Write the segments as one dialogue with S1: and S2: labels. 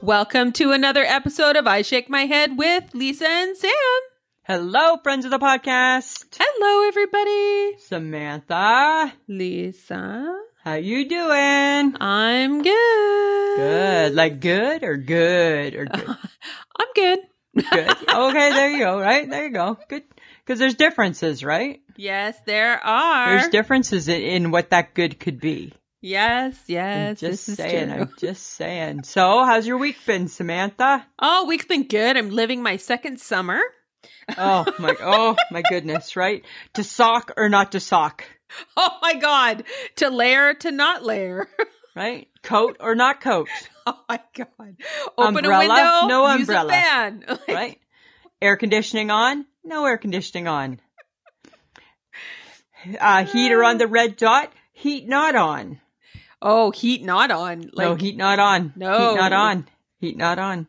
S1: Welcome to another episode of I Shake My Head with Lisa and Sam.
S2: Hello, friends of the podcast.
S1: Hello, everybody.
S2: Samantha,
S1: Lisa,
S2: how you doing?
S1: I'm good.
S2: Good. Like good or good or good?
S1: I'm good.
S2: good. Okay, there you go. Right? There you go. Good. Because there's differences, right?
S1: Yes, there are.
S2: There's differences in, in what that good could be.
S1: yes, yes.
S2: I'm just
S1: this
S2: saying.
S1: Is true.
S2: I'm just saying. So, how's your week been, Samantha?
S1: Oh, week's been good. I'm living my second summer.
S2: Oh my. Oh my goodness. Right? To sock or not to sock?
S1: Oh my God. To layer, to not layer.
S2: Right? Coat or not coat?
S1: Oh my God. Open
S2: Umbrella?
S1: a window.
S2: No
S1: use
S2: umbrella.
S1: a fan. Like,
S2: right? Air conditioning on? No air conditioning on. Uh, heater on the red dot? Heat not on.
S1: Oh, heat not on. Like,
S2: no, heat not on.
S1: No.
S2: Heat not on. Heat not on.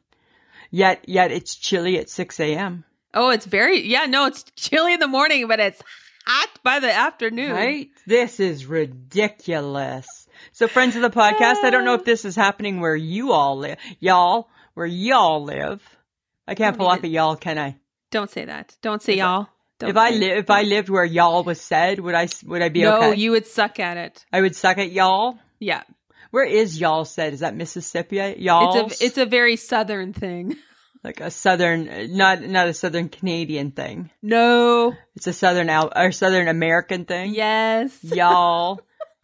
S2: Yet, yet it's chilly at 6 a.m.
S1: Oh, it's very yeah. No, it's chilly in the morning, but it's hot by the afternoon.
S2: Right? This is ridiculous. So friends of the podcast, I don't know if this is happening where you all live. Y'all, where y'all live. I can't
S1: Don't
S2: pull off a
S1: even-
S2: y'all, can I?
S1: Don't say that. Don't say
S2: If I-
S1: y'all. Don't
S2: if I
S1: say it.
S2: li- if I lived where y'all was said, would I s- would I be
S1: no,
S2: okay?
S1: you would suck at it.
S2: I would suck at y'all.
S1: Yeah,
S2: Where is y'all said? Is that Mississippi? Y'all?
S1: it's a it's a very southern thing.
S2: like a southern, not not a southern Canadian thing.
S1: No.
S2: It's a southern Al- or southern American thing.
S1: Yes.
S2: y'all,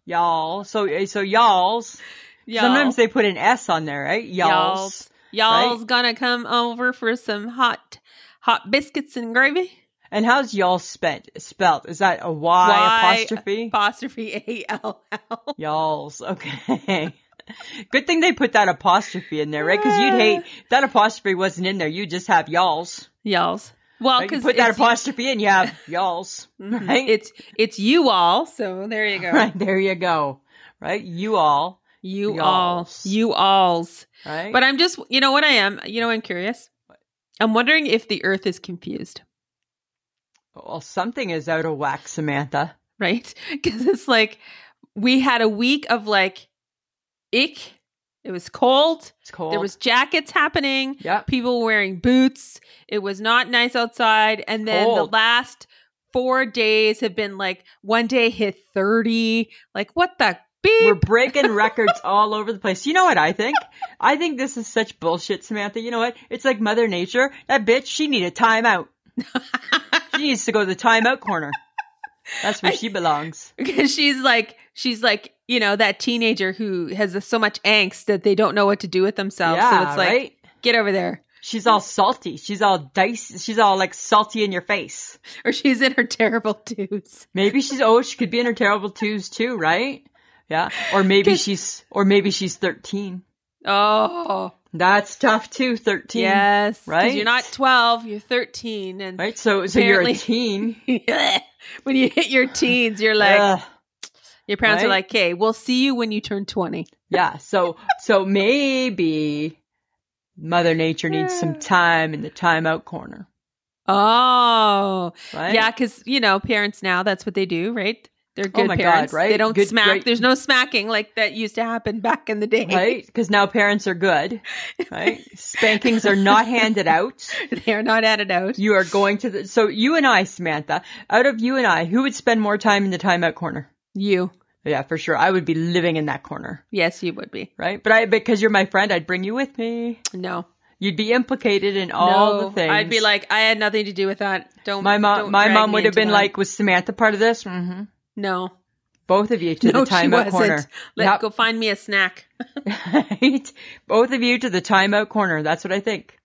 S2: y'all. So so y'all's.
S1: Y'all.
S2: Sometimes they put an S on there, right? Y'all's.
S1: Y'all's. Y'all's gonna come over for some hot hot biscuits and gravy.
S2: And how's y'all spent spelt? Is that a Y,
S1: Y
S2: apostrophe?
S1: Apostrophe A L L.
S2: Y'all's. Okay. Good thing they put that apostrophe in there, right? Because you'd hate if that apostrophe wasn't in there. You just have y'all's.
S1: Y'all's. Well,
S2: Right? You
S1: because
S2: put that apostrophe in, you have y'all's. right?
S1: It's it's you all. So there you go.
S2: Right, there you go. Right? You all,
S1: You
S2: Y'alls.
S1: all. You alls.
S2: right?
S1: But I'm just, you know what I am? You know, I'm curious. I'm wondering if the earth is confused,
S2: well, something is out of whack, Samantha.
S1: right? Because it's like we had a week of like ick. It was cold.
S2: It's cold.
S1: There was jackets happening.
S2: yep.
S1: People were wearing boots. It was not nice outside. And then
S2: Cold.
S1: the last four days have been like one day hit 30. Like, what the beep?
S2: We're breaking records all over the place. You know what I think? I think this is such bullshit, Samantha. You know what? It's like Mother Nature. That bitch, she need a timeout. She needs to go to the timeout corner. That's where
S1: I-
S2: she belongs.
S1: because she's like she's like you know that teenager who has so much angst that they don't know what to do with themselves
S2: yeah,
S1: so it's like
S2: right?
S1: get over there
S2: She's all salty. She's all dice. She's all like salty in your face.
S1: or she's in her terrible twos
S2: Maybe she's oh she could be in her terrible twos too, right? Yeah. Or maybe
S1: 'Cause-
S2: she's or maybe she's thirteen.
S1: oh
S2: That's tough too, thirteen.
S1: yes 'cause
S2: right?
S1: you're not 12 you're 13 and
S2: Right? So so
S1: Apparently.
S2: you're a teen.
S1: when you hit your teens you're like
S2: Ugh.
S1: your parents are
S2: right?
S1: like okay we'll see you when you turn 20
S2: yeah. So so maybe Mother Nature needs some time in the timeout corner.
S1: oh
S2: Right?
S1: yeah because you know parents now that's what they do right they're
S2: Oh
S1: good
S2: my God,
S1: parents
S2: right?
S1: they don't
S2: Good,
S1: smack
S2: great-
S1: there's no smacking like that used to happen back in the day
S2: Right? Because now parents are good. Right? Spankings are not handed out.
S1: they are not added out.
S2: You are going to the so you and I, Samantha, out of you and I, who would spend more time in the timeout corner?
S1: You,
S2: Yeah, for sure. I would be living in that corner,
S1: yes, you would be.
S2: right? But I because you're my friend, I'd bring you with me.
S1: No,
S2: You'd be implicated in all
S1: no,
S2: the things.
S1: I'd be like, I had nothing to do with that. Don't
S2: my mom.
S1: don't
S2: My
S1: drag
S2: mom
S1: me
S2: would have
S1: into
S2: been
S1: that.
S2: like, was Samantha part of this? hmm
S1: no,
S2: Both of you to
S1: no,
S2: the
S1: she wasn't.
S2: timeout corner,
S1: Let
S2: Yep.
S1: go find me a snack.
S2: right? Both of you to the timeout corner. That's what I think.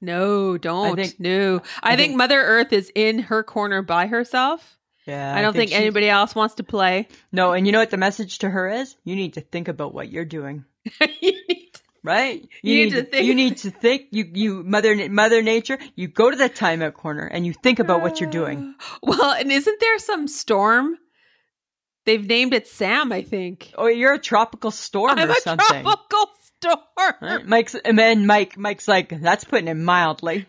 S1: No, don't.
S2: think-
S1: no, I,
S2: I
S1: think,
S2: think-
S1: Mother Earth is in her corner by herself.
S2: Yeah,
S1: I don't think,
S2: she-
S1: anybody else wants to play.
S2: No, and you know what the message to her is? You need to think about what you're doing.
S1: You need to-
S2: Right?
S1: You need to think-
S2: You need to think. You, you, mother, Na- mother nature. You go to the timeout corner and you think about what you're doing.
S1: Well, and isn't there some storm? They've named it Sam, I think.
S2: Oh, you're a tropical storm
S1: I'm
S2: or
S1: a
S2: something.
S1: tropical storm.
S2: Right? Mike's and then Mike. Mike's like, that's putting it mildly.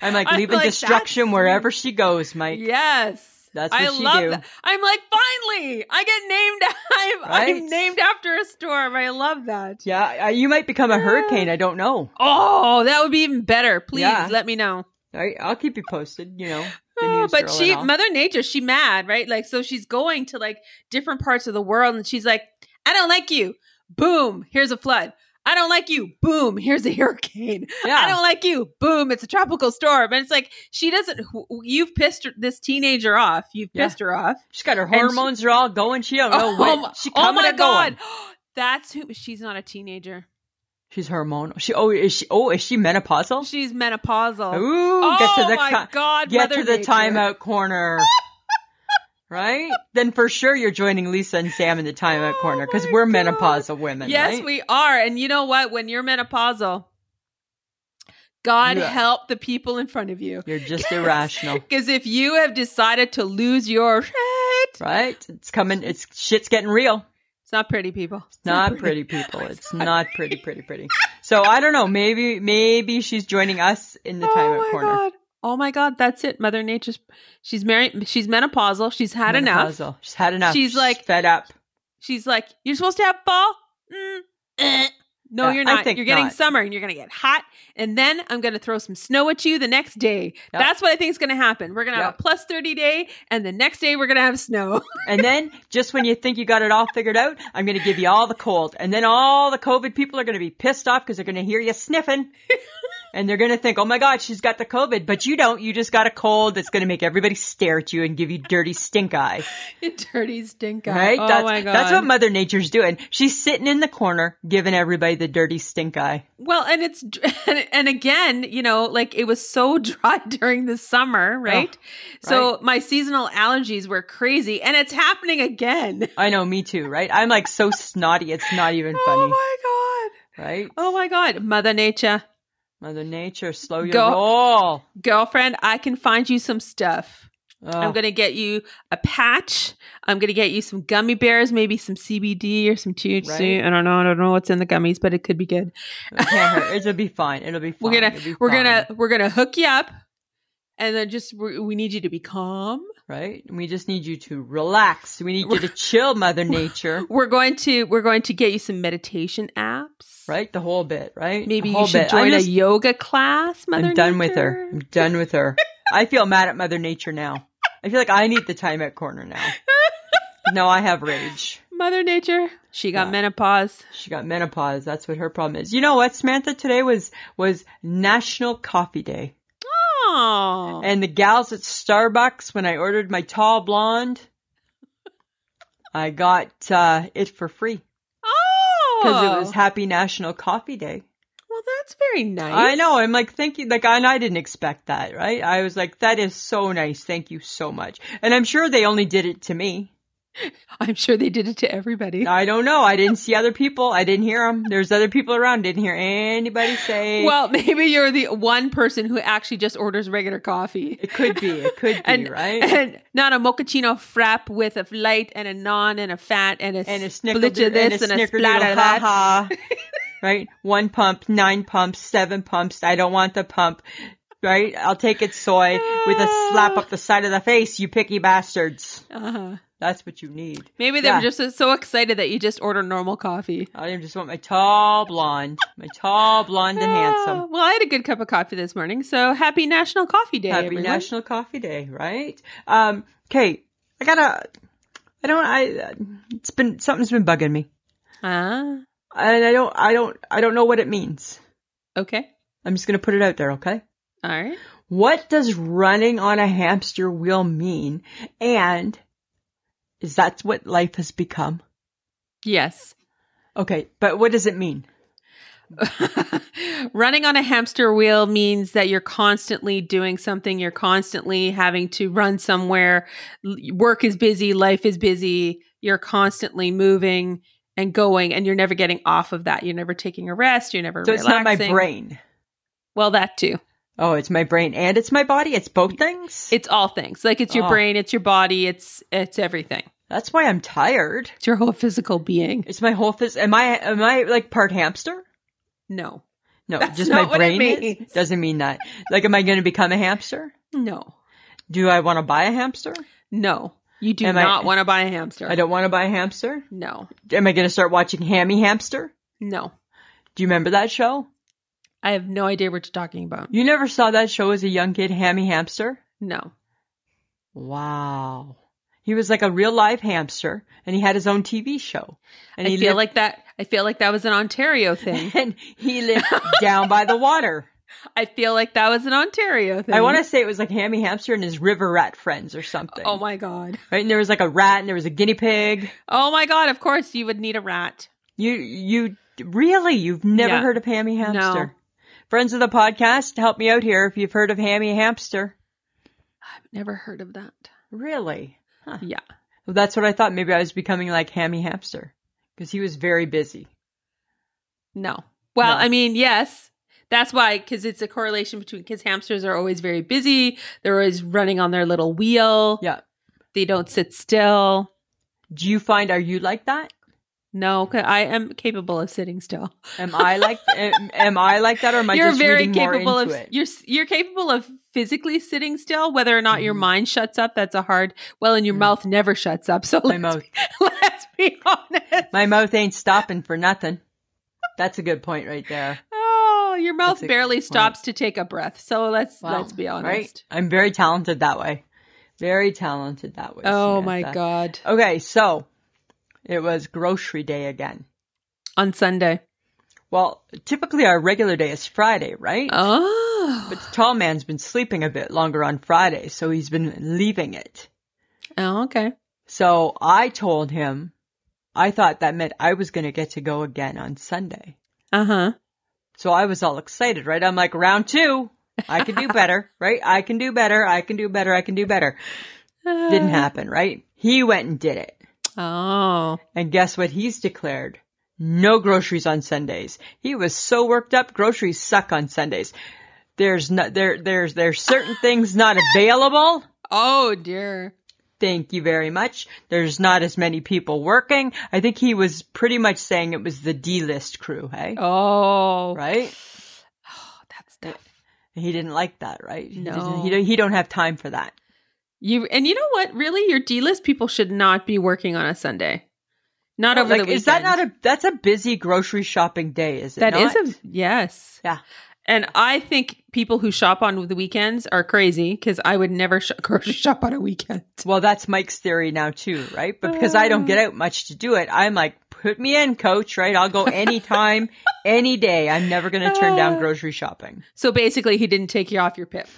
S2: I'm like
S1: I'm
S2: leaving
S1: like,
S2: destruction
S1: that's-
S2: wherever she goes, Mike.
S1: Yes.
S2: That's what
S1: I
S2: she
S1: love
S2: do.
S1: that. I'm like, finally, I get named. I'm,
S2: Right?
S1: I'm named after a storm. I love that.
S2: Yeah, I- you might become a
S1: Yeah.
S2: hurricane. I don't know.
S1: Oh, that would be even better. Please
S2: Yeah.
S1: let me know.
S2: All right, I'll keep you posted. You know, the
S1: Ah,
S2: news
S1: but
S2: girl
S1: she,
S2: and all.
S1: Mother Nature, she mad, right? Like, so she's going to like different parts of the world, and she's like, "I don't like you." Boom! Here's a flood. I don't like you. Boom! Here's a hurricane.
S2: yeah,
S1: I don't like you. Boom! It's a tropical storm, and it's like she doesn't. wh- You've pissed her- this teenager off. You've
S2: Yeah.
S1: pissed her off.
S2: she's got her
S1: she- Oh,
S2: hormones are all going. She don't know
S1: my-
S2: what she coming or going.
S1: That's who. She's not a teenager.
S2: She's hormonal. She oh is she oh is she menopausal?
S1: She's menopausal.
S2: Ooh,
S1: oh
S2: get to the
S1: my
S2: co-
S1: god!
S2: get
S1: Mother
S2: to the
S1: Nature.
S2: timeout corner. right? Then for sure you're joining Lisa and Sam in the timeout
S1: Oh
S2: corner because
S1: my
S2: we're
S1: God.
S2: menopausal women.
S1: Yes,
S2: right?
S1: we are. And you know what? When you're menopausal, God
S2: Yeah.
S1: help the people in front of you.
S2: You're just irrational.
S1: Because if you have decided to lose your shit,
S2: Right? It's coming. It's shit's getting real.
S1: it's not pretty, people. It's
S2: not pretty people. It's not pretty, pretty, pretty. So I don't know. Maybe, maybe she's joining us in the
S1: oh
S2: timeout
S1: my
S2: corner.
S1: god! Oh my god! That's it. Mother Nature's. She's married. She's menopausal. She's had enough.
S2: Menopausal. She's had enough.
S1: She's like-
S2: fed up.
S1: She's like, you're supposed to have fall. Mm, eh. No,
S2: Yeah,
S1: you're
S2: Uh, I
S1: not.
S2: think
S1: You're getting
S2: not.
S1: summer, and you're gonna get hot, and then I'm gonna throw some snow at you the next day.
S2: Yep.
S1: That's what I think is gonna happen. We're gonna have
S2: Yep.
S1: a plus thirty day, and the next day we're gonna have snow.
S2: And then just when you think you got it all figured out, I'm going to give you all the cold. And then all the COVID people are going to be pissed off because they're going to hear you sniffing. And they're going to think, oh my God, she's got the COVID. But you don't. You just got a cold that's going to make everybody stare at you and give you dirty stink eye.
S1: Dirty stink eye.
S2: Right?
S1: Oh
S2: that's,
S1: my god.
S2: That's what Mother Nature's doing. She's sitting in the corner giving everybody the dirty stink eye.
S1: well, and it's and, and again, you know, like it was so dry during the summer, right? so my seasonal allergies were crazy, and it's happening again.
S2: I know, me too, right? I'm like so snotty, it's not even funny,
S1: Oh
S2: right?
S1: my god. Oh my god. Mother Nature,
S2: Mother Nature, slow your
S1: Go-
S2: roll. Oh,
S1: girlfriend, I can find you some stuff. I'm
S2: Ugh.
S1: going to get you a patch. I'm going to get you some gummy bears, maybe some CBD or some THC.
S2: Right.
S1: I don't know. I don't know what's in the gummies, but it could be good.
S2: It can't hurt. It'll be fine. It'll be fine.
S1: We're gonna-
S2: It'll be
S1: We're
S2: fine,
S1: going to we're going to hook you up and then just we, we need you to be calm.
S2: right. We just need you to relax. We need you to chill, Mother Nature,
S1: We're going to we're going to get you some meditation apps.
S2: right? The whole bit, right? The
S1: Maybe you
S2: whole
S1: should
S2: bit. I
S1: join
S2: just-
S1: a yoga class, mother.
S2: I'm done with her.
S1: Nature.
S2: I'm done with her. I feel mad at Mother Nature now. I feel like I need the time at corner now. No, I have rage.
S1: Mother Nature, she got
S2: Yeah.
S1: menopause.
S2: She got menopause. That's what her problem is. You know what, Samantha? Today was was National Coffee Day.
S1: Oh.
S2: And the gals at Starbucks, when I ordered my tall blonde, I got uh, it for free
S1: oh.
S2: because it was Happy National Coffee Day.
S1: Well, that's very nice.
S2: I know. I'm like, thank you. Like, and I didn't expect that, right? I was like, that is so nice. Thank you so much. And I'm sure they only did it to me.
S1: I'm sure they did it to everybody.
S2: I don't know. I didn't see other people. I didn't hear them. There's other people around. Didn't hear anybody say.
S1: Well, maybe you're the one person who actually just orders regular coffee.
S2: it could be. It could be,
S1: And-
S2: right?
S1: And not a mochaccino frap with a light and a non and a fat and a,
S2: and a
S1: split
S2: snickle
S1: of this and a, splat of that.
S2: ha. right? One pump, nine pumps, seven pumps. I don't want the pump. Right? I'll take it soy with a slap up the side of the face, you picky bastards.
S1: Uh-huh.
S2: That's what you need.
S1: Maybe they're
S2: Yeah.
S1: just so excited that you just order normal coffee.
S2: I just want my tall blonde, my tall blonde and
S1: Ah,
S2: handsome.
S1: Well, I had a good cup of coffee this morning, so happy National Coffee Day,
S2: Happy
S1: everyone.
S2: National Coffee Day, right? Um, Kate, I gotta. I don't. I. It's been something's been bugging me,
S1: ah,
S2: and I don't. I don't. I don't know what it means.
S1: okay,
S2: I'm just gonna put it out there, okay?
S1: all right.
S2: What does running on a hamster wheel mean? And is that what life has become?
S1: Yes,
S2: Okay, but what does it mean?
S1: Running on a hamster wheel means that you're constantly doing something, you're constantly having to run somewhere. L- Work is busy, life is busy, you're constantly moving and going, and you're never getting off of that. You're never taking a rest, you're never
S2: So it's not my
S1: relaxing.
S2: brain.
S1: Well, that too.
S2: Oh, it's my brain and it's my body. It's both things.
S1: It's all things. Like it's your
S2: Oh.
S1: brain, it's your body, it's it's everything.
S2: That's why I'm tired.
S1: It's your whole physical being.
S2: It's my whole phys. Am I am I like part hamster?
S1: No.
S2: No,
S1: That's
S2: just
S1: not
S2: my
S1: what it
S2: brain is.
S1: means.
S2: doesn't mean that. Like, am I going to become a hamster?
S1: No.
S2: Do I want to buy a hamster?
S1: No, you do
S2: Am I-
S1: not want to buy a hamster.
S2: I don't want to buy a hamster.
S1: No,
S2: Am I going to start watching Hammy Hamster?
S1: no.
S2: Do you remember that show?
S1: I have no idea what you're talking about.
S2: You never saw that show as a young kid, Hammy Hamster?
S1: No.
S2: Wow. He was like a real live hamster and he had his own TV show. And
S1: I
S2: he
S1: feel
S2: lived,
S1: like that. I feel like that was an Ontario thing.
S2: and he lived down by the water.
S1: I feel like that was an Ontario thing.
S2: I want to say it was like Hammy Hamster and his river rat friends or something.
S1: Oh my god.
S2: Right? And there was like a rat and there was a guinea pig.
S1: Oh my god. Of course you would need a rat.
S2: You you really you've never
S1: Yeah.
S2: heard of Hammy Hamster?
S1: No.
S2: Friends of the podcast, help me out here if you've heard of Hammy Hamster.
S1: I've never heard of that.
S2: Really?
S1: Yeah.
S2: Well, that's what I thought. Maybe I was becoming like Hammy Hamster because he was very busy.
S1: No. Well,
S2: No.
S1: I mean, yes. That's why, because it's a correlation between because hamsters are always very busy. They're always running on their little wheel.
S2: Yeah.
S1: They don't sit still.
S2: Do you find are you like that?
S1: No, 'cause I am capable of sitting still.
S2: Am I like am, am I like that or am I
S1: you're
S2: just
S1: very
S2: reading more
S1: capable of
S2: into it?
S1: you're s- you're capable of physically sitting still. Whether or not your
S2: Mhm.
S1: mind shuts up, that's a hard. Well, and your
S2: Mm.
S1: mouth never shuts up. So
S2: My
S1: let's,
S2: mouth
S1: let's be honest.
S2: my mouth ain't stopping for nothing. That's a good point right there.
S1: oh, your mouth
S2: That's a good
S1: barely
S2: point.
S1: stops to take a breath. So let's
S2: Wow,
S1: let's be honest.
S2: Right? I'm very talented that way. Very talented that way.
S1: Oh my
S2: Samantha.
S1: god!
S2: Okay, so it was grocery day again.
S1: On Sunday.
S2: Well, typically our regular day is Friday, right?
S1: Oh.
S2: But the tall man's been sleeping a bit longer on Friday, so he's been leaving it.
S1: oh, okay.
S2: So I told him I thought that meant I was going to get to go again on Sunday.
S1: Uh huh.
S2: So I was all excited, right? I'm like, round two, I can do better, right? I can do better, I can do better, I can do better. Didn't happen, right? He went and did it.
S1: Uh, Oh.
S2: And guess what he's declared? No groceries on Sundays. He was so worked up, groceries suck on Sundays. There's no, there, there's, there's certain things not available.
S1: Oh dear.
S2: Thank you very much. There's not as many people working. I think he was pretty much saying it was the D list crew, hey?
S1: Oh.
S2: Right?
S1: Oh, that's tough.
S2: He didn't like that, right? He, doesn't-
S1: No.
S2: he, don't- he don't have time for that.
S1: You and you know what? Really, your D list people should not be working on a Sunday. Not over
S2: Oh, like,
S1: the weekend.
S2: is that not a, that's a busy grocery shopping day, is it
S1: That is
S2: not?
S1: a yes.
S2: Yeah.
S1: And I think people who shop on the weekends are crazy because I would never sh- grocery shop on a weekend.
S2: Well, that's Mike's theory now too, right? But because I don't get out much to do it, I'm like, put me in, coach, right? I'll go anytime, any day. I'm never going to turn
S1: Uh.
S2: down grocery shopping.
S1: So basically, he didn't take you off your pip.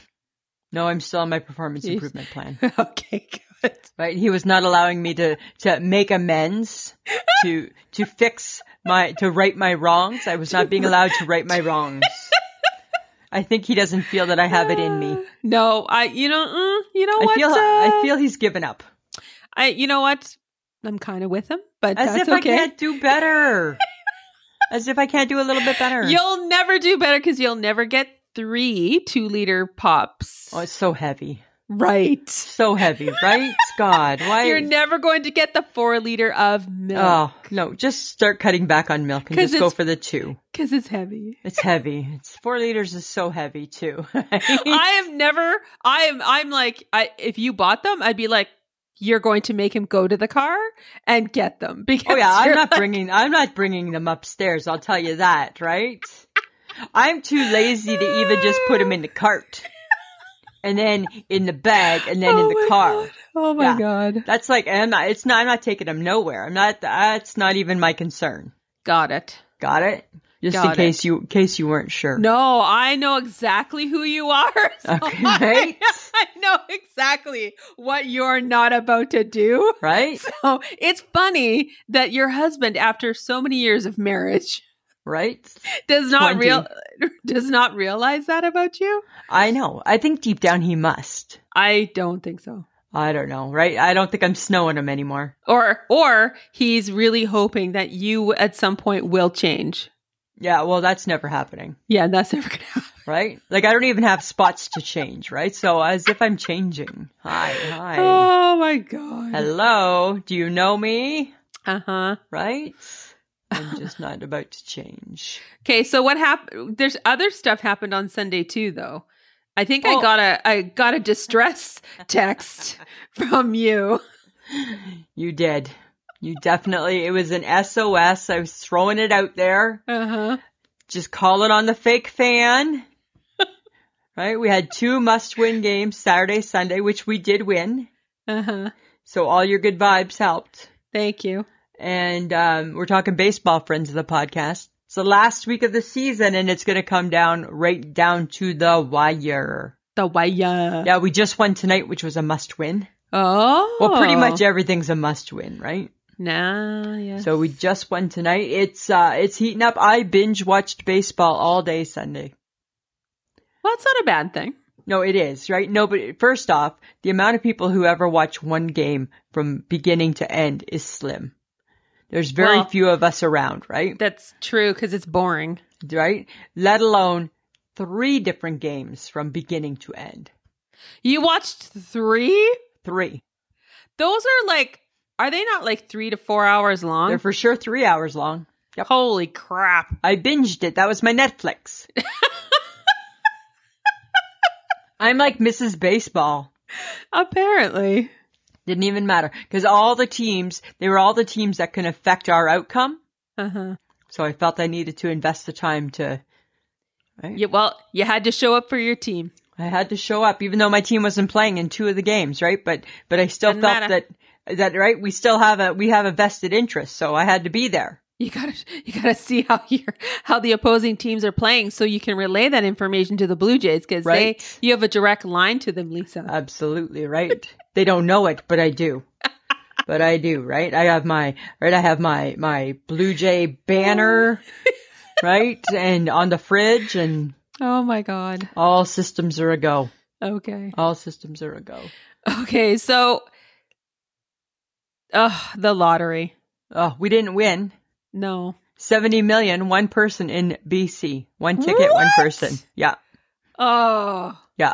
S2: No, I'm still on my performance
S1: Jeez.
S2: improvement plan,
S1: okay, good.
S2: right? He was not allowing me to, to make amends, to, to fix my, to right my wrongs. I was not being allowed to right my wrongs. I think he doesn't feel that I have it in me.
S1: Ah, No, I. You know. Mm, you know
S2: I
S1: what?
S2: feel,
S1: uh,
S2: I feel he's given up.
S1: I you know what? I'm kind of with him, but
S2: As
S1: that's
S2: if I
S1: okay.
S2: can't do better. As if I can't do a little bit better.
S1: You'll never do better because you'll never get three two liter pops.
S2: Oh, it's so heavy.
S1: right.
S2: So heavy, right? God, why?
S1: You're never going to get the four liter of milk
S2: oh, no, just start cutting back on milk and
S1: 'Cause
S2: just go
S1: it's-
S2: for the two.
S1: because it's heavy.
S2: It's heavy. It's four liters is so heavy too.
S1: I am never. I am. I'm like. I if you bought them, I'd be like, you're going to make him go to the car and get them because.
S2: oh yeah,
S1: you're
S2: I'm not
S1: like-
S2: bringing. I'm not bringing them upstairs. I'll tell you that, right? I'm too lazy to even just put them in the cart, and then in the bag, and then
S1: Oh
S2: in the
S1: my
S2: car.
S1: God. Oh my
S2: Yeah.
S1: god.
S2: That's like, and I'm not, it's not. I'm not taking them nowhere. I'm not. That's not even my concern.
S1: Got it.
S2: Got it? Just
S1: Got
S2: in
S1: it.
S2: case you, in case you weren't sure.
S1: No, I know exactly who you are. so
S2: Okay,
S1: I-
S2: right?
S1: I, know exactly what you're not about to do.
S2: Right?
S1: So it's funny that your husband, after so many years of marriage,
S2: Right?
S1: does not
S2: 20.
S1: real does not realize that about you.
S2: I know. I think deep down he must.
S1: I don't think so.
S2: I don't know, right? I don't think I'm snowing him anymore.
S1: Or or he's really hoping that you at some point will change.
S2: Yeah, well, that's never happening,
S1: Yeah, that's never gonna happen.
S2: right? Like, I don't even have spots to change, right? So, as if I'm changing. Hi, hi.
S1: Oh my god.
S2: Hello, do you know me?
S1: Uh huh.
S2: Right? I'm just not about to change.
S1: Okay, so what happened? There's other stuff happened on Sunday too, though. I think
S2: Well-
S1: I got a I got a distress text from you.
S2: You did. You definitely, it was an SOS. I was throwing it out there.
S1: Uh-huh.
S2: Just call it on the fake fan. right? We had two must win games Saturday, Sunday, which we did win.
S1: Uh-huh.
S2: So all your good vibes helped.
S1: Thank you.
S2: And um, we're talking baseball friends of the podcast. It's the last week of the season and it's going to come down right down to the wire.
S1: The wire.
S2: Yeah, we just won tonight, which was a must win.
S1: Oh.
S2: Well, pretty much everything's a must win, right?
S1: Nah, yeah.
S2: So we just won tonight. It's uh it's heating up. I binge watched baseball all day Sunday.
S1: Well, it's not a bad thing.
S2: No, it is, right? No, but first off, the amount of people who ever watch one game from beginning to end is slim. There's very
S1: Well-
S2: few of us around, right?
S1: That's true cuz it's boring.
S2: Right? Let alone three different games from beginning to end.
S1: You watched 3?
S2: Three.
S1: Those are like are they not like 3 to 4 hours long?
S2: They're for sure three hours long. Yep.
S1: Holy crap.
S2: I binged it. That was my Netflix. I'm like Mrs. Baseball.
S1: Apparently.
S2: Didn't even matter because all the teams, they were all the teams that can affect our outcome.
S1: Uh-huh.
S2: So I felt I needed to invest the time to,
S1: Yeah, well, you had to show up for your team.
S2: I had to show up even though my team wasn't playing in two of the games, right? But, but I still
S1: Doesn't
S2: felt
S1: matter.
S2: that, that, right? We still have a, we have a vested interest. So I had to be there.
S1: You gotta you gotta see how your how the opposing teams are playing so you can relay that information to the Blue Jays because
S2: Right. Uh,
S1: they you have a direct line to them, Lisa.
S2: Absolutely, right? they don't know it, but I do. But I do, right? I have my, right? I have my, my Blue Jay banner, right? And on the fridge and
S1: Oh my god.
S2: all systems are a go.
S1: Okay.
S2: All systems are a go.
S1: Okay, so Ugh, the lottery.
S2: Oh, we didn't win.
S1: No.
S2: 70 million, one person in BC. One ticket, one
S1: What?
S2: person. Yeah.
S1: Oh.
S2: Yeah.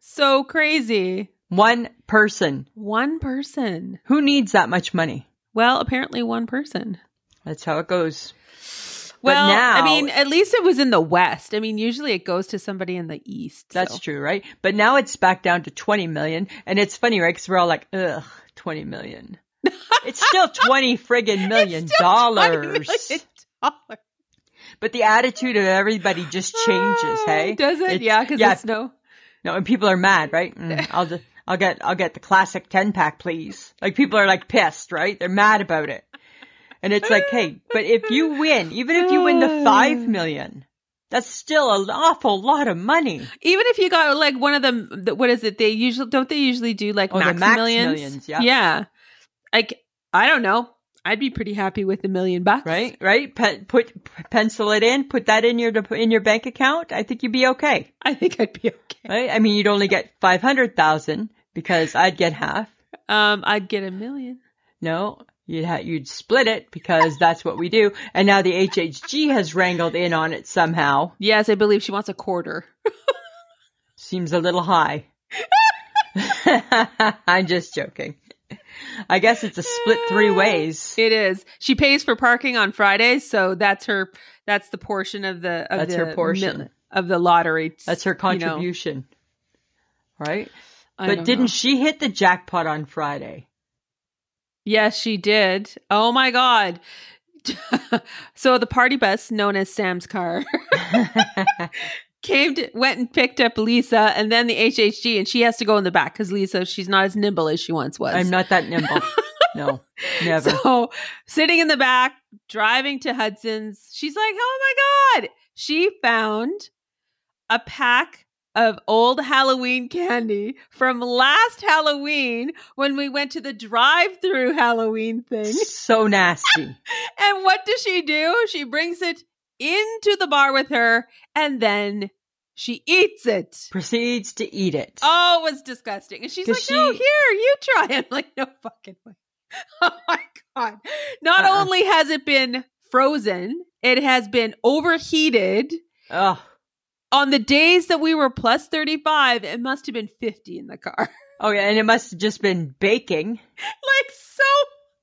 S1: So crazy.
S2: One person.
S1: One person.
S2: Who needs that much money?
S1: Well, apparently one person.
S2: That's how it goes.
S1: Well, I
S2: now-
S1: mean, at least it was in the West. I mean, usually it goes to somebody in the East.
S2: That's
S1: so.
S2: true, right? But now it's back down to 20 million. And it's funny, right? Because we're all like, ugh, 20 million. it's still 20 friggin' million
S1: It's still
S2: dollars.
S1: $20 million dollars.
S2: But the attitude of everybody just changes,
S1: Ah,
S2: hey?
S1: Does it?
S2: It's-
S1: yeah, because
S2: yeah.
S1: the snow.
S2: No, and people are mad, right? Mm, I'll just, I'll get, I'll get the classic 10 pack, please. Like people are like pissed, right? They're mad about it. And it's like, hey, but if you win, even if you win the 5 million, that's still an awful lot of money.
S1: Even if you got like one of them, the, what is it? They usually don't they usually do like
S2: Oh, the
S1: max millions?
S2: Maximillions, yeah.
S1: yeah. Like I don't know. I'd be pretty happy with a million bucks,
S2: Right? Right? Pe- put, p- pencil it in, put that in your, dep- in your bank account. I think you'd be okay.
S1: I think I'd be okay.
S2: Right? I mean, you'd only get 500,000 because I'd get half.
S1: Um, I'd get a million.
S2: No, you'd ha- you'd split it because that's what we do. And now the HHG has wrangled in on it somehow.
S1: Yes, I believe she wants a quarter.
S2: Seems a little high. I'm just joking. I guess it's a split
S1: Uh,
S2: three ways.
S1: It is. She pays for parking on Fridays, so that's her. That's the portion of the. Of
S2: That's
S1: the
S2: her portion.
S1: mil- of the lottery.
S2: That's her
S1: you know.
S2: contribution. Right?
S1: I
S2: But
S1: don't
S2: didn't
S1: know.
S2: she hit the jackpot on Friday?
S1: Yes, she did. Oh my god. so the party bus known as Sam's car came to, went and picked up Lisa and then the HHG and she has to go in the back cuz Lisa she's not as nimble as she once was.
S2: I'm not that nimble. No, never.
S1: So sitting in the back driving to Hudson's, she's like, "Oh my god." She found a pack of old Halloween candy from last Halloween when we went to the drive-through Halloween thing.
S2: So nasty.
S1: And what does she do? She brings it into the bar with her and then she eats it.
S2: Proceeds to eat it.
S1: Oh, it was disgusting. And she's like,
S2: 'Cause
S1: no,
S2: she-
S1: here, you try. I'm like, no fucking way. Oh my God. Not
S2: Uh-uh.
S1: only has it been frozen, it has been overheated.
S2: Ugh.
S1: On the days that we were plus 35, it must have been 50 in the car.
S2: Oh yeah, and it must have just been baking.
S1: like, so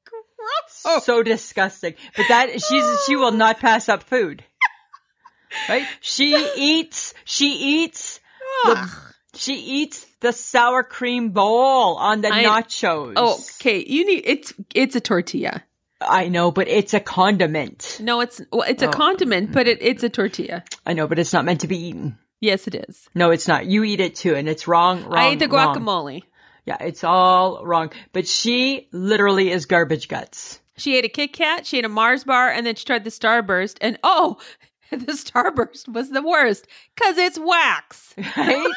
S1: gross. Oh.
S2: So disgusting. But that she's she will not pass up food. Right? She eats she eats the
S1: Ugh.
S2: She eats the sour cream bowl on the
S1: I-
S2: nachos.
S1: Oh, okay. You need it's it's a tortilla.
S2: I know, but it's a condiment.
S1: No, it's well, it's a
S2: Oh.
S1: condiment, but it, it's a tortilla.
S2: I know, but it's not meant to be eaten.
S1: Yes, it is.
S2: No, it's not. You eat it too, and it's wrong. wrong
S1: I ate the
S2: wrong.
S1: guacamole.
S2: Yeah, it's all wrong. But she literally is garbage guts.
S1: She ate a Kit Kat, she ate a Mars bar, and then she tried the Starburst. And oh, the Starburst was the worst because it's wax.
S2: Right?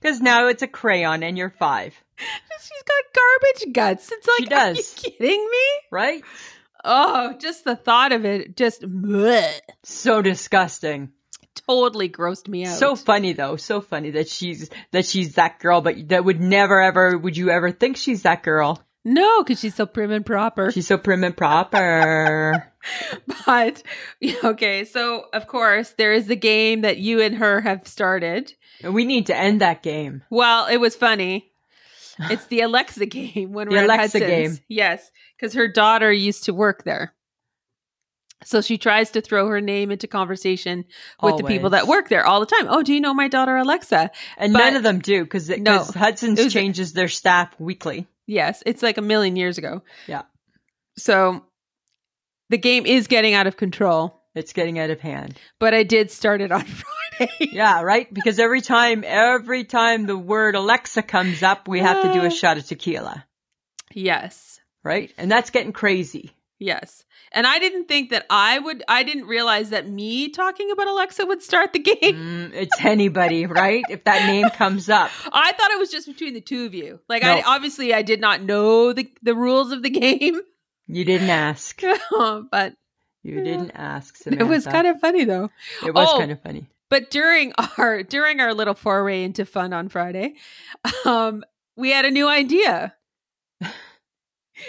S2: Because now it's a crayon and you're five,
S1: She's got garbage guts. It's like,
S2: She does.
S1: are you kidding me?
S2: right?
S1: Oh, just the thought of it just bleh,
S2: So disgusting.
S1: totally grossed me out.
S2: So funny though. So funny that she's that she's that girl, but that would never ever would you ever think she's that girl.
S1: no, because she's so prim and proper.
S2: She's so prim and proper.
S1: But okay, so of course there is the game that you and her have started.
S2: and we need to end that game.
S1: Well, it was funny. It's the Alexa game when
S2: The
S1: we're
S2: Alexa
S1: at Hudson's.
S2: game.
S1: Yes, because her daughter used to work there. So she tries to throw her name into conversation with the people that
S2: Always.
S1: work there all the time. Oh, do you know my daughter Alexa?
S2: And
S1: but-
S2: none of them do because
S1: No. It
S2: Hudson's
S1: was-
S2: changes their staff weekly.
S1: Yes, it's like a million years ago.
S2: Yeah.
S1: So the game is getting out of control,
S2: It's getting out of hand.
S1: but I did start it on Friday.
S2: Yeah, right? Because every time, every time the word Alexa comes up, we have to do a shot of tequila,
S1: yes.
S2: right? And that's getting crazy.
S1: Yes. And I didn't think that I would I didn't realize that me talking about Alexa would start the game.
S2: Mm, it's anybody, right? If that name comes up.
S1: I thought it was just between the two of you. Like I
S2: No.
S1: obviously I did not know the the rules of the game,
S2: You didn't ask.
S1: but
S2: You didn't ask.
S1: it was kind of funny though.
S2: of, it was
S1: oh.
S2: kind of funny.
S1: But during our during our little foray into fun on Friday, um we had a new idea.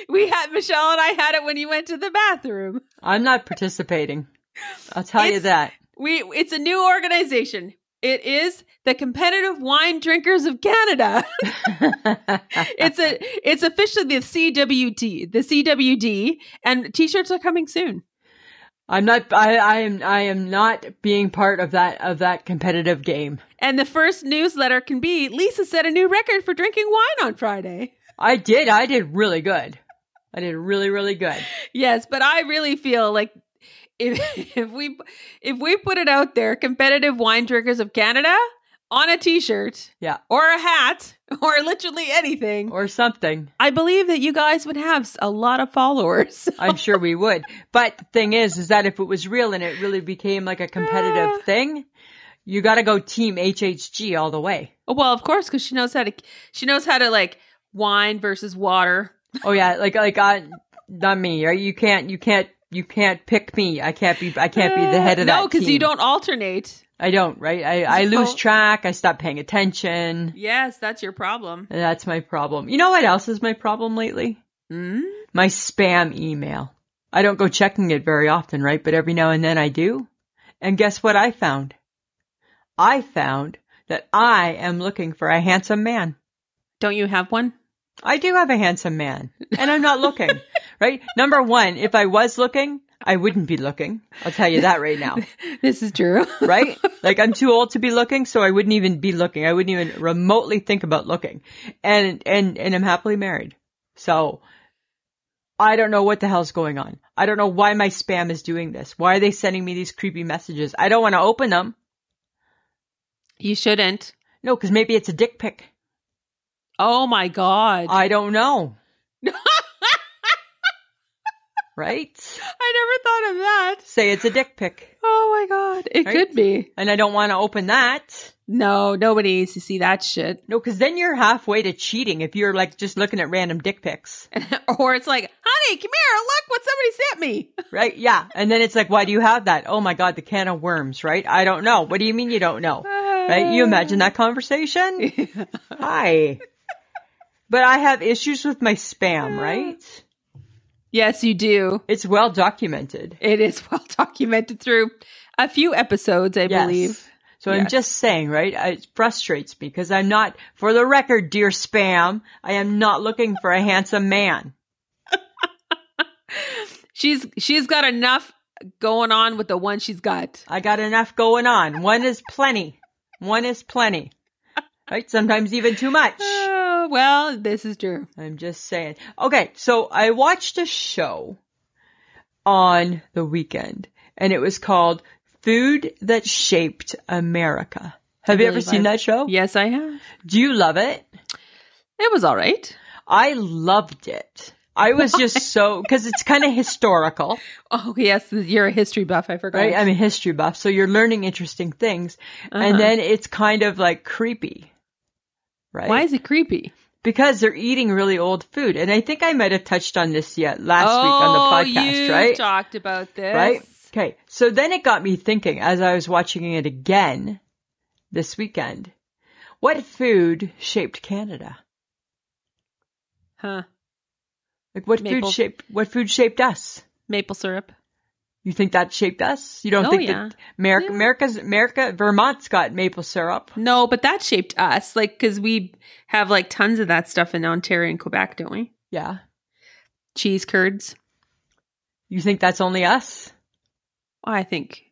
S1: We had Michelle and I had it when you went to the bathroom.
S2: I'm not participating. I'll tell you
S1: It's-
S2: that.
S1: We it's a new organization. It is the Competitive Wine Drinkers of Canada. it's a it's officially the CWD, the CWD, and t-shirts are coming soon.
S2: I'm not. I, I am. I am not being part of that of that competitive game.
S1: And the first newsletter can be Lisa set a new record for drinking wine on Friday.
S2: I did. I did really good. I did really, really good.
S1: Yes, but I really feel like if if we if we put it out there, competitive wine drinkers of Canada on a t-shirt,
S2: Yeah.
S1: or a hat, or literally anything,
S2: Or something.
S1: I believe that you guys would have s- a lot of followers.
S2: I'm sure we would. But the thing is, is that if it was real and it really became like a
S1: Ah.
S2: competitive thing, you got to go team HHG all the way.
S1: Well, of course, because she knows how to she knows how to like wine versus water.
S2: Oh yeah, like like I, not me. Right? You can't, you can't, you can't pick me. I can't be, I can't be the head of that.
S1: Eh, Ah. No, because you
S2: team.
S1: don't alternate.
S2: I don't. Right? I I
S1: No.
S2: lose track. I stop paying attention.
S1: Yes, that's your problem.
S2: And that's my problem. You know what else is my problem lately?
S1: Mm?
S2: my spam email. I don't go checking it very often, right? But every now and then I do. And guess what I found? I found that I am looking for a handsome man.
S1: Don't you have one?
S2: I do have a handsome man and I'm not looking, right? Number one, if I was looking, I wouldn't be looking. I'll tell you that right now,
S1: This is true.
S2: right? Like I'm too old to be looking, so I wouldn't even be looking. I wouldn't even remotely think about looking. And, and, and I'm happily married. So I don't know what the hell's going on. I don't know why my spam is doing this. Why are they sending me these creepy messages? I don't want to open them.
S1: you shouldn't.
S2: No, because maybe it's a dick pic.
S1: Oh my god! I,
S2: I don't know. right?
S1: never thought of that.
S2: Say it's a dick pic.
S1: Oh my god! It
S2: Right?
S1: could be.
S2: And I don't want to open that.
S1: No, nobody needs to see that shit.
S2: No, because then you're halfway to cheating if you're like just looking at random dick pics.
S1: or it's like, honey, come here. Look what somebody sent me.
S2: Right? Yeah. And then it's like, why do you have that? Oh my God, the can of worms, right? I don't know. What do you mean you don't know? Right? You imagine that conversation? Hi. But I have issues with my spam, right?
S1: yes, you do.
S2: It's well documented.
S1: It is well documented through a few episodes, I
S2: Yes.
S1: believe.
S2: So I'm
S1: Yes.
S2: just saying, right? I- It frustrates me because I'm not, for the record, dear spam, I am not looking for a handsome man.
S1: She's she's got enough going on with the one she's got.
S2: I got enough going on. One is plenty. One is plenty. Right? Sometimes even too much.
S1: Oh, well, this is true.
S2: I'm just saying. Okay, so I watched a show on the weekend and it was called Food That Shaped America. Have
S1: I
S2: you ever
S1: believe
S2: seen
S1: I-
S2: that show?
S1: Yes, I have.
S2: Do you love it?
S1: It was all right.
S2: I loved it. I was just so, cause it's kind of historical,
S1: Oh, yes, you're a history buff. I forgot.
S2: right? I'm a history buff, so you're learning interesting things.
S1: Uh-huh.
S2: And then it's kind of like creepy, right?
S1: Why is it creepy?
S2: Because they're eating really old food. And I think I might have touched on this yet last week on the podcast,
S1: Oh, you
S2: right?
S1: talked about this.
S2: Right? Okay. So then it got me thinking as I was watching it again this weekend. What food shaped Canada?
S1: Huh.
S2: Like what
S1: Maple.
S2: food shaped what food shaped us?
S1: Maple syrup.
S2: You think that shaped us? You don't
S1: Oh,
S2: think
S1: yeah.
S2: that America,
S1: Yeah.
S2: America's America Vermont's got maple syrup.
S1: No, but that shaped us. Like, because we have like tons of that stuff in Ontario and Quebec, don't we?
S2: Yeah.
S1: Cheese curds.
S2: You think that's only us?
S1: I think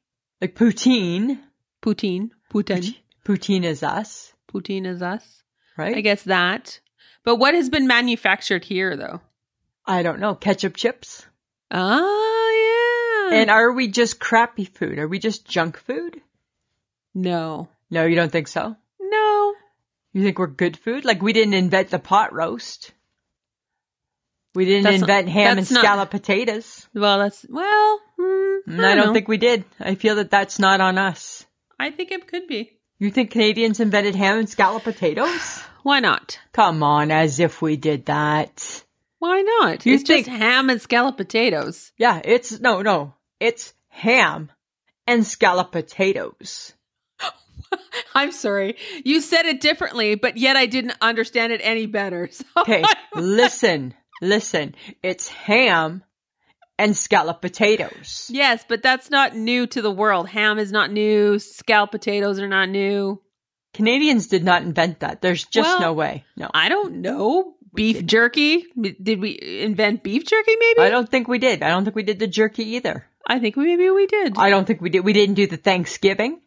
S2: Like poutine.
S1: poutine. Poutine.
S2: Poutine is us,
S1: Poutine is us.
S2: right?
S1: I guess that. But what has been manufactured here, though?
S2: I don't know. Ketchup chips.
S1: Oh, yeah.
S2: And are we just crappy food? Are we just junk food?
S1: no.
S2: No, you don't think so?
S1: No.
S2: You think we're good food? Like we didn't invent the pot roast. We didn't
S1: That's not-
S2: invent ham and
S1: that's not-
S2: scallop potatoes.
S1: Well, that's, well, mm, I
S2: And I don't
S1: know.
S2: think we did. I feel that that's not on us.
S1: I think it could be.
S2: You think Canadians invented ham and scallop potatoes?
S1: Why not?
S2: Come on, as if we did that.
S1: Why not?
S2: You
S1: it's
S2: think-
S1: just ham and scallop potatoes.
S2: Yeah, it's no, no. It's ham and scallop potatoes.
S1: I'm sorry. You said it differently, but yet I didn't understand it any better. So
S2: Okay, listen, listen. It's ham and scallop potatoes.
S1: Yes, but that's not new to the world. Ham is not new. Scallop potatoes are not new.
S2: Canadians did not invent that. There's just
S1: Well,
S2: no way. No.
S1: I don't know. Beef jerky? Did we invent beef jerky maybe?
S2: I don't think we did. I don't think we did the jerky either.
S1: I think maybe we did.
S2: I don't think we did. We didn't do the Thanksgiving.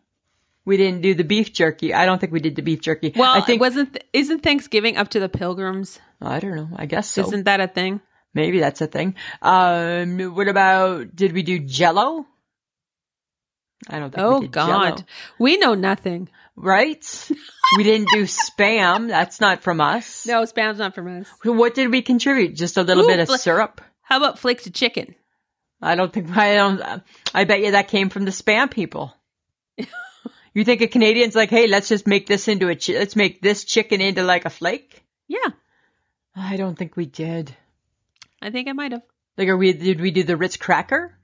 S2: We didn't do the beef jerky. I don't think we did the beef jerky.
S1: well,
S2: I think
S1: wasn't th- isn't Thanksgiving up to the pilgrims?
S2: I don't know. I guess so.
S1: Isn't that a thing?
S2: Maybe that's a thing. Um, what about did we do Jello? I don't think. we
S1: Oh
S2: did
S1: god.
S2: Jell-O.
S1: We know nothing.
S2: right? we didn't do spam. That's not from us.
S1: No, spam's not from us.
S2: So What did we contribute? Just a little
S1: Ooh,
S2: bit of
S1: fl-
S2: syrup.
S1: How about flakes of chicken?
S2: I don't think I don't. I bet you that came from the spam people. you think a Canadian's like, hey, let's just make this into a chi- let's make this chicken into like a flake?
S1: Yeah,
S2: I don't think we did.
S1: I think I might have.
S2: Like, are we? Did we do the Ritz cracker?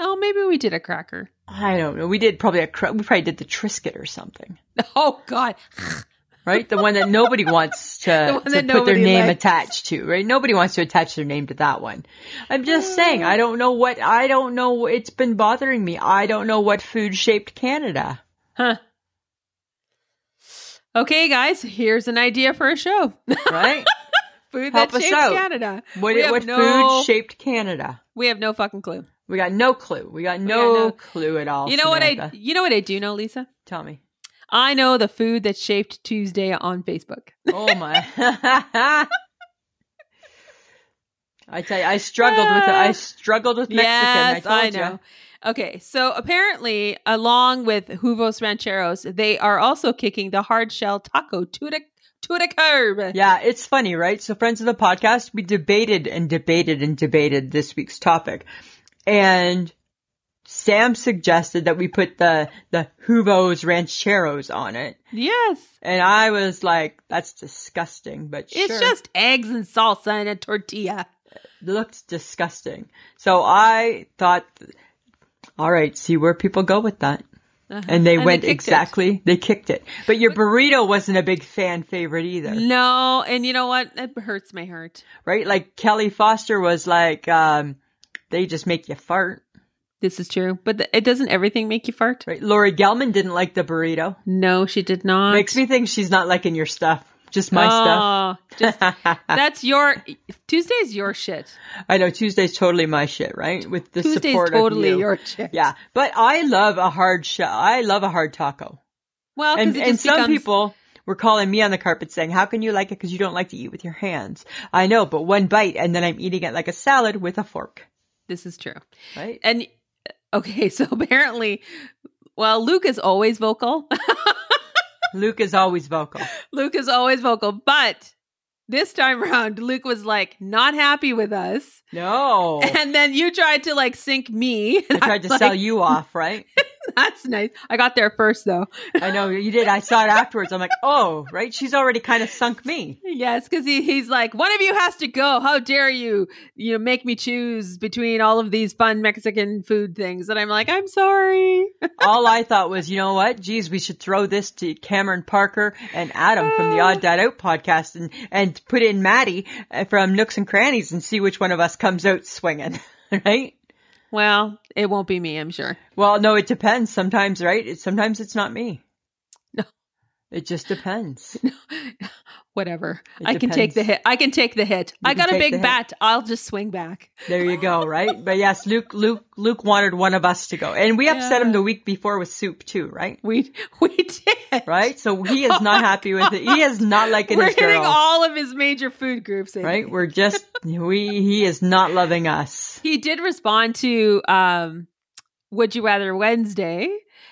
S1: Oh, maybe we did a cracker.
S2: I don't know. We did probably a cra- we probably did the Triscuit or something,
S1: Oh god.
S2: right? The one that nobody wants
S1: The
S2: to,
S1: one
S2: to
S1: that
S2: put their
S1: nobody
S2: name
S1: likes.
S2: attached to, right? Nobody wants to attach their name to that one. I'm just saying, I don't know what I don't know. It's been bothering me. I don't know what food shaped Canada.
S1: Huh. Okay, guys, here's an idea for a show.
S2: Right?
S1: food
S2: Help
S1: that
S2: us
S1: shaped
S2: out.
S1: Canada.
S2: What,
S1: We have
S2: what
S1: no-
S2: food shaped Canada?
S1: We have no fucking clue.
S2: We got no clue. We got no,
S1: no-
S2: clue at all.
S1: you know what I
S2: Samantha.
S1: you know what I do know, Lisa?
S2: tell me?
S1: I know the food that shaped Tuesday on Facebook.
S2: Oh my! I tell you, I struggled with I struggled with Mexican.
S1: Ah. yes,
S2: I, told
S1: I know. Okay, so apparently, along with Juvos Rancheros, they are also kicking the hard shell taco to the to the curb.
S2: You. Yeah, it's funny, right? So, friends of the podcast, we debated and debated and debated this week's topic, and Sam suggested that we put the the Huvos Rancheros on it,
S1: Yes,
S2: and I was like, "That's disgusting," but
S1: it's
S2: sure.
S1: just eggs and salsa and a tortilla.
S2: looked disgusting. So I thought, all right, see where people go with that.
S1: Uh-huh.
S2: And they went
S1: kicked it.
S2: exactly, they kicked it. But your burrito wasn't a big fan favorite either,
S1: Mm. No, and you know what? It hurts my heart.
S2: right? Like Kelly Foster was like, um, they just make you fart,
S1: This is true, but th- it doesn't everything make you fart.
S2: right? Lori Gelman didn't like the burrito.
S1: No, she did not.
S2: Makes me think she's not liking your stuff. Just my
S1: Oh, just
S2: stuff.
S1: that's your Tuesday's your shit.
S2: I know Tuesday's totally my shit, right? With the
S1: Oh. Tuesday's
S2: support
S1: totally
S2: of you.
S1: your shit.
S2: yeah, but I love a hard shell. I love a hard taco.
S1: Well, because
S2: and
S1: it
S2: and
S1: just
S2: some
S1: becomes,
S2: people were calling me on the carpet saying, "How can you like it? Because you don't like to eat with your hands." I know, but one bite, and then I'm eating it like a salad with a fork.
S1: this is true.
S2: Right?
S1: And uh, okay, so apparently, well, Luke is always vocal.
S2: Luke is always vocal.
S1: Luke is always vocal, but this time around, Luke was like not happy with us,
S2: No,
S1: and then you tried to like sink me.
S2: I tried to sell you off, right?
S1: That's nice. I got there first, though.
S2: I know you did. I saw it afterwards. I'm like, oh, right. She's already kind of sunk me.
S1: Yes, because he, he's like, one of you has to go. How dare you, you know, make me choose between all of these fun Mexican food things? And I'm like, I'm sorry.
S2: All I thought was, you know what? Geez, we should throw this to Cameron Parker and Adam from the Odd Dad Out podcast and, and put in Maddie uh, from Nooks and Crannies and see which one of us comes out swinging, right?
S1: Well, it won't be me, I'm sure.
S2: Well, no, it depends sometimes, right? It, sometimes it's not me.
S1: No.
S2: It just depends.
S1: Whatever.
S2: It
S1: I can take
S2: depends.
S1: the hit. I can take the hit. I
S2: can
S1: got a
S2: take the
S1: big
S2: hit.
S1: bat. I'll just swing back.
S2: There you go, right? But yes, Luke, Luke, Luke wanted one of us to go. And we upset him
S1: Yeah.
S2: the week before with soup too, right?
S1: We we did.
S2: Right? So he is not happy with it. He is not liking
S1: We're
S2: his
S1: hitting
S2: girl.
S1: all of his major food groups. I
S2: right?
S1: think.
S2: We're just we he is not loving us.
S1: He did respond to um, Would You Rather Wednesday,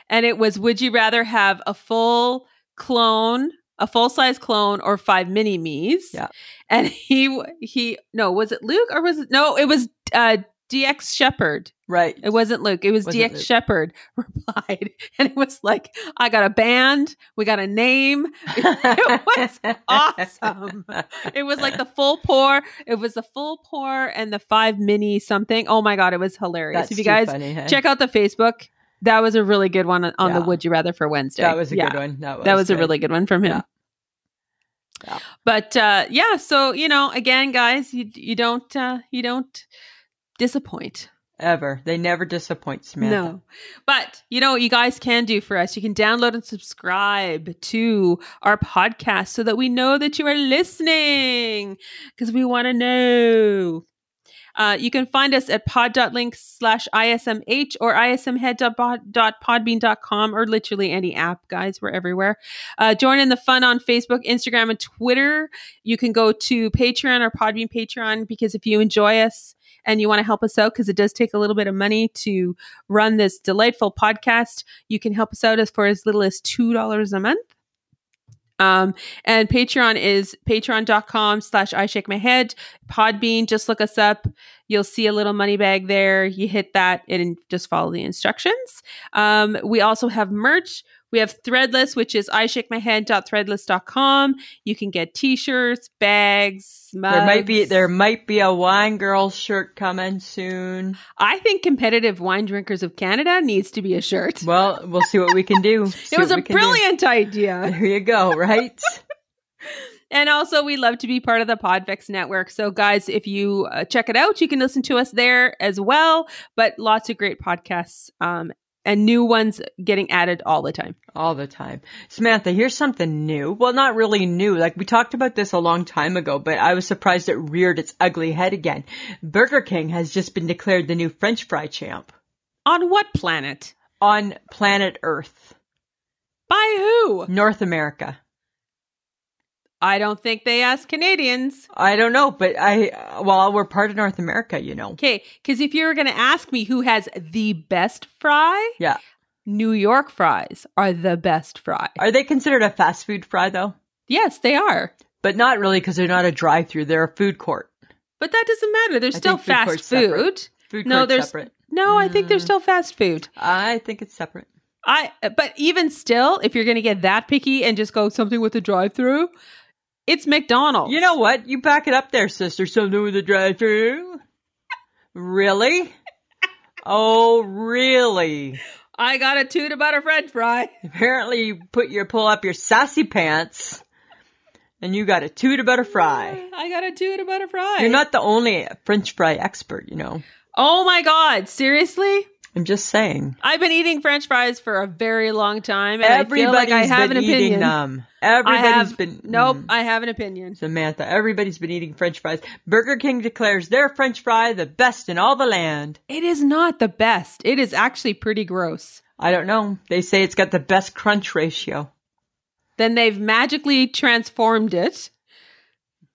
S1: and it was Would You Rather Have a Full Clone, a full size clone, or five mini me's?
S2: Yeah.
S1: And he, he, no, was it Luke or was it, no, it was uh, DX Shepherd.
S2: Right.
S1: It wasn't Luke. It was
S2: Wasn't
S1: DX
S2: Luke.
S1: Shepherd replied. And it was like, I got a band. We got a name. It was awesome. It was like the full pour. It was the full pour and the five mini something. Oh my god, it was hilarious.
S2: That's
S1: if you
S2: too
S1: guys
S2: funny, hey?
S1: check out the Facebook, that was a really good one on the
S2: Yeah.
S1: Would You Rather for Wednesday.
S2: That was a
S1: Yeah,
S2: good one. That was,
S1: That was a
S2: good.
S1: really good one from him.
S2: Yeah. Yeah.
S1: But uh, yeah, so you know, again, guys, you you don't uh, you don't disappoint.
S2: ever. They never disappoint Samantha.
S1: No. But you know what you guys can do for us? You can download and subscribe to our podcast so that we know that you are listening because we want to know. Uh, you can find us at pod.link slash ismh or ismhead.podbean.com or literally any app, guys. We're everywhere. Uh, join in the fun on Facebook, Instagram, and Twitter. You can go to Patreon or Podbean Patreon because if you enjoy us and you want to help us out, because it does take a little bit of money to run this delightful podcast. You can help us out as for as little as $2 a month. Um, and Patreon is patreon.com slash I shake my head. Podbean, just look us up. You'll see a little money bag there. You hit that and just follow the instructions. Um, we also have merch. We have Threadless, which is I shake my head.threadless.com. You can get t-shirts, bags, mugs.
S2: There might be there might be a wine girl shirt coming soon.
S1: I think competitive wine drinkers of Canada needs to be a shirt.
S2: Well, we'll see what we can do. See
S1: it was
S2: what
S1: a
S2: we can do.
S1: brilliant idea.
S2: There you go, right?
S1: And also, we love to be part of the Podfix network. So, guys, if you uh, check it out, you can listen to us there as well. But lots of great podcasts um, and new ones getting added all the time.
S2: All the time. Samantha, here's something new. Well, not really new. Like we talked about this a long time ago, but I was surprised it reared its ugly head again. Burger King has just been declared the new French fry champ
S1: On what planet?
S2: on planet Earth,
S1: By who?
S2: North America.
S1: I don't think they asked Canadians.
S2: I don't know, but I, well, we're part of North America, you know.
S1: Okay, because if you were going to ask me who has the best fry,
S2: Yeah.
S1: New York fries are the best fry.
S2: Are they considered a fast food fry though?
S1: Yes, they are.
S2: But not really because they're not a drive through. They're a food court.
S1: But that doesn't matter. They're
S2: I
S1: still
S2: think food
S1: fast
S2: court's separate.
S1: food.
S2: Food
S1: No,
S2: court's
S1: there's-
S2: separate.
S1: No, I think they're
S2: Mm.
S1: still fast food.
S2: I think it's separate.
S1: I but even still, if you're going to get that picky and just go something with a drive-through, it's McDonald's.
S2: You know what? You back it up there, sister. Something with a drive through. Really? Oh, really?
S1: I got a toot about a french fry.
S2: Apparently, you put your pull up your sassy pants, and you got a toot about a fry.
S1: I got a toot about a fry.
S2: You're not the only French fry expert, you know.
S1: Oh my god, seriously?
S2: I'm just saying.
S1: I've been eating French fries for a very long time, and I feel like I
S2: Everybody's
S1: have
S2: been
S1: an
S2: eating
S1: opinion.
S2: them. Everybody's
S1: have-
S2: been
S1: Nope,
S2: Mm.
S1: I have an opinion.
S2: Samantha, everybody's been eating French fries. Burger King declares their French fry the best in all the land.
S1: It is not the best. It is actually pretty gross.
S2: I don't know. They say it's got the best crunch ratio.
S1: Then they've magically transformed it.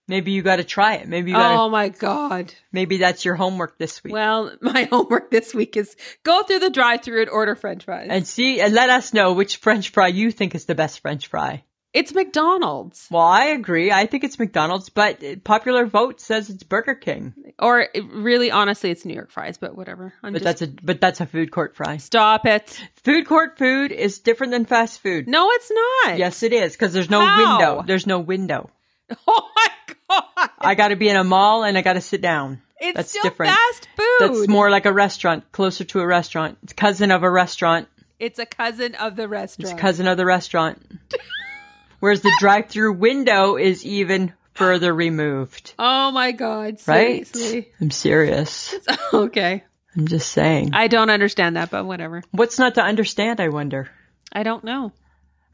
S2: Maybe you got to try it. Maybe you got to
S1: oh my god.
S2: maybe that's your homework this week.
S1: Well, my homework this week is go through the drive-through and order french fries.
S2: and see and let us know which french fry you think is the best french fry.
S1: it's McDonald's.
S2: Well, I agree. I think it's McDonald's, but uh, popular vote says it's Burger King.
S1: Or it- really honestly it's New York fries, but whatever. I'm
S2: But
S1: just
S2: that's a but that's a food court fry.
S1: Stop it.
S2: Food court food is different than fast food.
S1: No, it's not.
S2: Yes, it is because there's no
S1: How?
S2: window. There's no window.
S1: Oh my god.
S2: I got to be in a mall and I got to sit down.
S1: it's
S2: that's
S1: still
S2: different.
S1: fast food.
S2: That's more like a restaurant, closer to a restaurant. It's cousin of a restaurant.
S1: it's a cousin of the restaurant.
S2: It's cousin of the restaurant. Whereas the drive-through window is even further removed.
S1: oh my god.
S2: Right?
S1: Seriously.
S2: I'm serious.
S1: okay.
S2: I'm just saying.
S1: I don't understand that, but whatever.
S2: What's not to understand? I wonder.
S1: I don't know.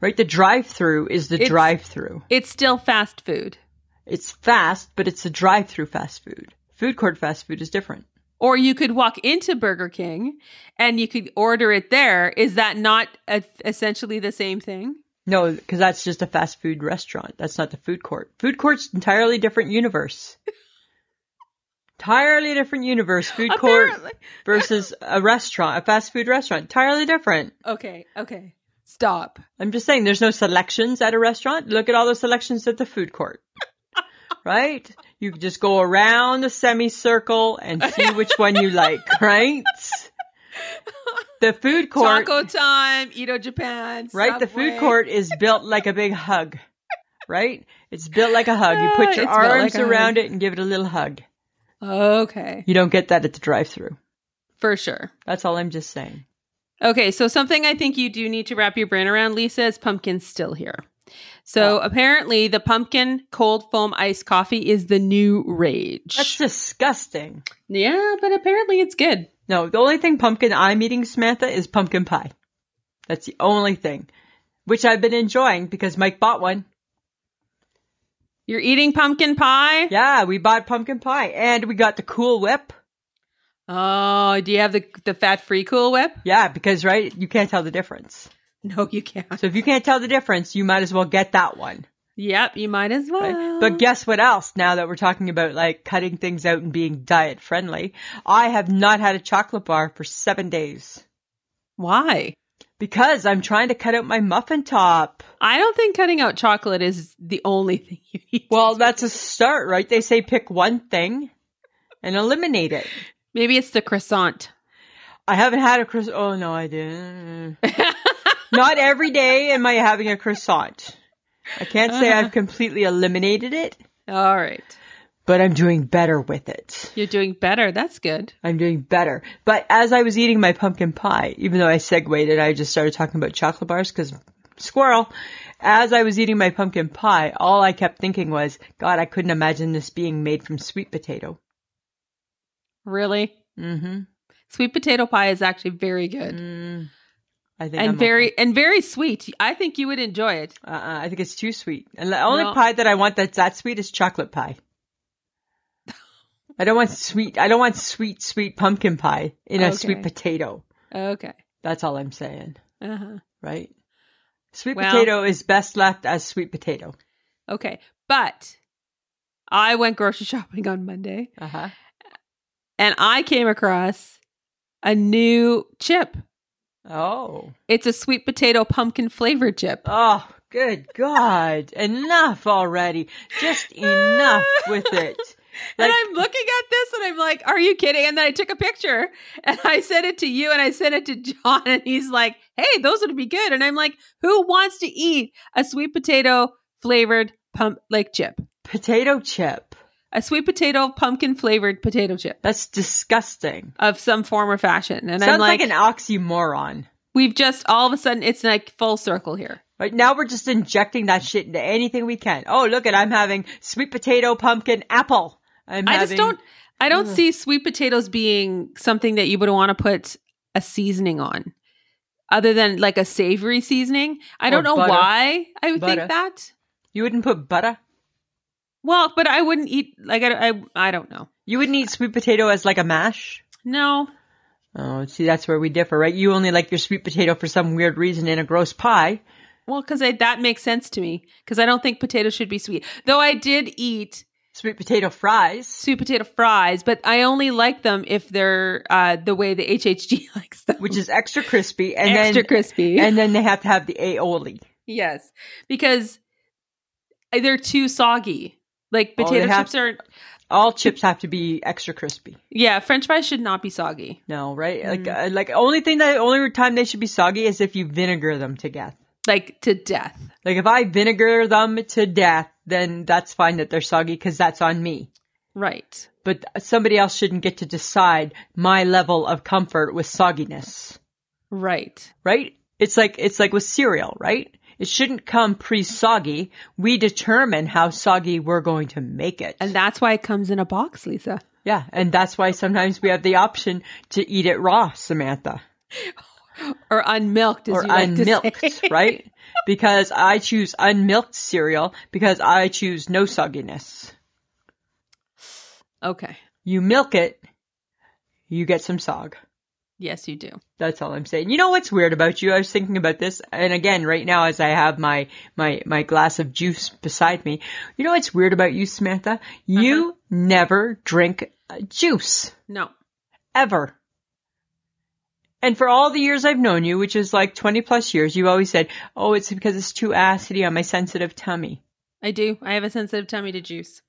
S2: Right? The drive-through is the
S1: It's-
S2: drive-through.
S1: It's still fast food.
S2: It's fast, but it's a drive-through fast food. Food court fast food is different.
S1: Or you could walk into Burger King and you could order it there. Is that not a- essentially the same thing?
S2: No, because that's just a fast food restaurant. That's not the food court. Food court's entirely different universe. entirely different universe. Food court
S1: Apparently.
S2: versus a restaurant, a fast food restaurant. Entirely different.
S1: Okay, okay. Stop.
S2: I'm just saying, there's no selections at a restaurant. Look at all the selections at the food court. right? You can just go around the semicircle and see which one you like, right? The food court,
S1: Taco time, Edo Japan.
S2: right? The
S1: Subway.
S2: food court is built like a big hug, right? It's built like a hug. You
S1: Ah,
S2: put your
S1: it's built like
S2: arms
S1: a hug.
S2: around it and give it a little hug.
S1: Okay,
S2: You don't get that at the drive through.
S1: for sure.
S2: That's all I'm just saying.
S1: Okay, so something I think you do need to wrap your brain around, Lisa, is pumpkin's still here.
S2: Oh.
S1: So apparently, the pumpkin cold foam iced coffee is the new rage.
S2: That's disgusting.
S1: yeah, but apparently it's good.
S2: No, the only thing pumpkin I'm eating, Samantha, is pumpkin pie. That's the only thing, which I've been enjoying because Mike bought one.
S1: You're eating pumpkin pie?
S2: Yeah, we bought pumpkin pie and we got the Cool Whip.
S1: Oh, do you have the the fat free Cool Whip?
S2: Yeah, because right, you can't tell the difference.
S1: No, you can't.
S2: So if you can't tell the difference, you might as well get that one.
S1: Yep, you might as well.
S2: Right? But guess what else? Now that we're talking about like cutting things out and being diet friendly, I have not had a chocolate bar for seven days
S1: why?
S2: because I'm trying to cut out my muffin top.
S1: I don't think cutting out chocolate is the only thing you need.
S2: Well, that's a start, right? They say pick one thing and eliminate it.
S1: Maybe it's the croissant.
S2: I haven't had a croissant. Oh no, I didn't. Not every day am I having a croissant. I can't say I've completely eliminated it,
S1: All right.
S2: but I'm doing better with it.
S1: You're doing better. That's good.
S2: I'm doing better. But as I was eating my pumpkin pie, even though I segued it, I just started talking about chocolate bars because squirrel. As I was eating my pumpkin pie, all I kept thinking was, God, I couldn't imagine this being made from sweet potato.
S1: Really?
S2: Mm-hmm.
S1: Sweet potato pie is actually very good.
S2: Mm. I think
S1: And
S2: I'm
S1: very
S2: okay.
S1: and very sweet. I think you would enjoy it.
S2: Uh-uh, I think it's too sweet. And the only
S1: No.
S2: pie that I want that's that sweet is chocolate pie. I don't want sweet. I don't want sweet, sweet pumpkin pie in a sweet
S1: Okay.
S2: potato.
S1: Okay.
S2: That's all I'm saying,
S1: Uh-huh.
S2: right? Sweet
S1: Well-
S2: potato is best left as sweet potato.
S1: Okay. But I went grocery shopping on Monday
S2: Uh huh.
S1: and I came across a new chip.
S2: Oh.
S1: It's a sweet potato pumpkin flavored chip.
S2: Oh, good God. enough already. Just enough with it.
S1: and
S2: Like-
S1: I'm looking at this and I'm like, are you kidding? And then I took a picture and I sent it to you and I sent it to John and he's like, hey, those would be good. And I'm like, who wants to eat a sweet potato flavored pump like chip?
S2: Potato chip.
S1: A sweet potato pumpkin flavored potato chip
S2: That's disgusting.
S1: of some form or fashion. And I'm
S2: Sounds
S1: like,
S2: like an oxymoron.
S1: we've just all of a sudden it's like full circle here.
S2: Right now we're just injecting that shit into anything we can. Oh, look at I'm having sweet potato, pumpkin, apple. I'm
S1: I just
S2: having,
S1: don't I don't
S2: Ugh.
S1: see sweet potatoes being something that you would want to put a seasoning on other than like a savory seasoning. I don't know
S2: butter.
S1: why I would
S2: Butter.
S1: think that.
S2: You wouldn't put butter.
S1: Well, but I wouldn't eat like I, I I don't know.
S2: You wouldn't eat sweet potato as like a mash.
S1: No.
S2: Oh, see, that's where we differ, right? You only like your sweet potato for some weird reason in a gross pie.
S1: Well, cuz that makes sense to me cuz I don't think potatoes should be sweet. Though I did eat
S2: Sweet potato fries,
S1: sweet potato fries, but I only like them if they're uh the way the HHG likes them.
S2: which is extra crispy, and
S1: extra
S2: then
S1: crispy.
S2: and then they have to have the aioli.
S1: yes. Because eh, they're too soggy. Like
S2: Oh, they
S1: potato
S2: have-
S1: chips are
S2: All chips have to be extra crispy.
S1: yeah, french fries should not be soggy.
S2: No, right? Like,
S1: Mm.
S2: uh, like only thing that only time they should be soggy is if you vinegar them to death.
S1: Like to death.
S2: Like if I vinegar them to death, then that's fine that they're soggy because that's on me.
S1: Right.
S2: But somebody else shouldn't get to decide my level of comfort with sogginess,
S1: Right.
S2: right? It's like it's like with cereal, right? It shouldn't come pre-soggy. We determine how soggy we're going to make it.
S1: And that's why it comes in a box, Lisa.
S2: yeah, and that's why sometimes we have the option to eat it raw, Samantha.
S1: Or unmilked, as
S2: or
S1: you like to say.
S2: unmilked, right? Because I choose unmilked cereal because I choose no sogginess.
S1: Okay.
S2: You milk it, you get some sog.
S1: Yes, you do.
S2: That's all I'm saying. You know what's weird about you? I was thinking about this, and again, right now, as I have my my my glass of juice beside me, you know what's weird about you, Samantha? You never drink uh, juice
S1: No.
S2: ever. And for all the years I've known you, which is like 20 plus years, you've always said, oh, it's because it's too acidy on my sensitive tummy.
S1: I do. I have a sensitive tummy to juice.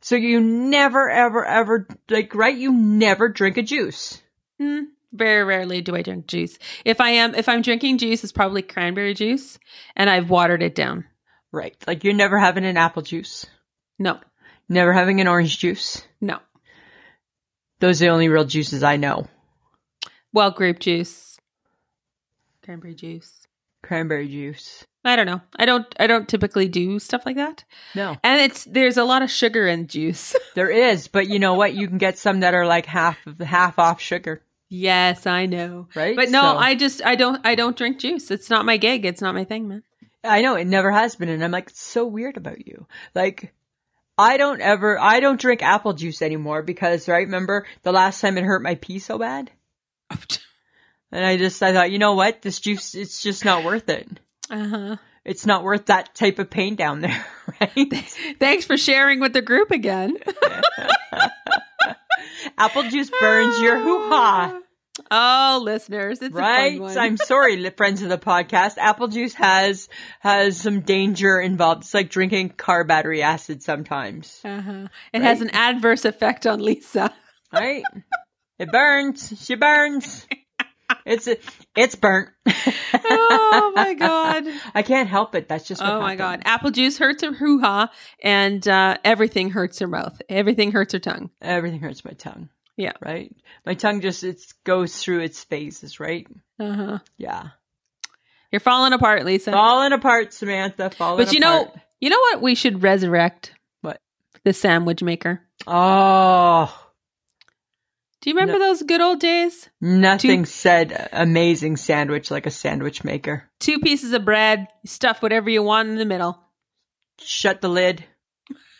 S2: So you never, ever, ever, like, right? You never drink a juice.
S1: Hmm. Very rarely do I drink juice. If I am if I'm drinking juice, it's probably cranberry juice and I've watered it down.
S2: Right. Like, you're never having an apple juice,
S1: No.
S2: never having an orange juice.
S1: No.
S2: Those are the only real juices I know.
S1: Well, grape juice. Cranberry juice.
S2: Cranberry juice.
S1: I don't know. I don't I don't typically do stuff like that.
S2: No.
S1: And it's there's a lot of sugar in juice.
S2: There is, but you know what? You can get some that are like half of half off sugar,
S1: yes, I know.
S2: right?
S1: But no,
S2: So-
S1: I just I don't I don't drink juice. It's not my gig. It's not my thing, man.
S2: I know it never has been, and I'm like, it's so weird about you. Like, I don't ever, I don't drink apple juice anymore because, right? Remember the last time it hurt my pee so bad, and I just, I thought, you know what? This juice, it's just not worth it.
S1: Uh-huh.
S2: It's not worth that type of pain down there, right?
S1: Thanks for sharing with the group again.
S2: apple juice burns your hoo ha,
S1: Oh, listeners, it's a
S2: right?
S1: fun one.
S2: I'm sorry, li- friends of the podcast. Apple juice has has some danger involved. It's like drinking carbattery acid sometimes,
S1: uh-huh. It has
S2: Right?
S1: an adverse effect on Lisa.
S2: right? it burns. She burns. It's it's burnt.
S1: Oh my god.
S2: I can't help it. That's just what
S1: Oh my god.
S2: happened.
S1: Apple juice hurts her hoo ha, and uh, everything hurts her mouth. Everything hurts her tongue.
S2: Everything hurts my tongue.
S1: Yeah.
S2: Right. My tongue just it goes through its phases. Right.
S1: Uh huh.
S2: Yeah.
S1: You're falling apart, Lisa.
S2: Falling apart, Samantha. Falling.
S1: but you know,
S2: apart.
S1: you know what? We should resurrect
S2: What?
S1: the sandwich maker.
S2: Oh,
S1: Do you remember those good old days?
S2: nothing said amazing sandwich like a sandwich maker.
S1: Two pieces of bread, stuff whatever you want in the middle.
S2: Shut the lid.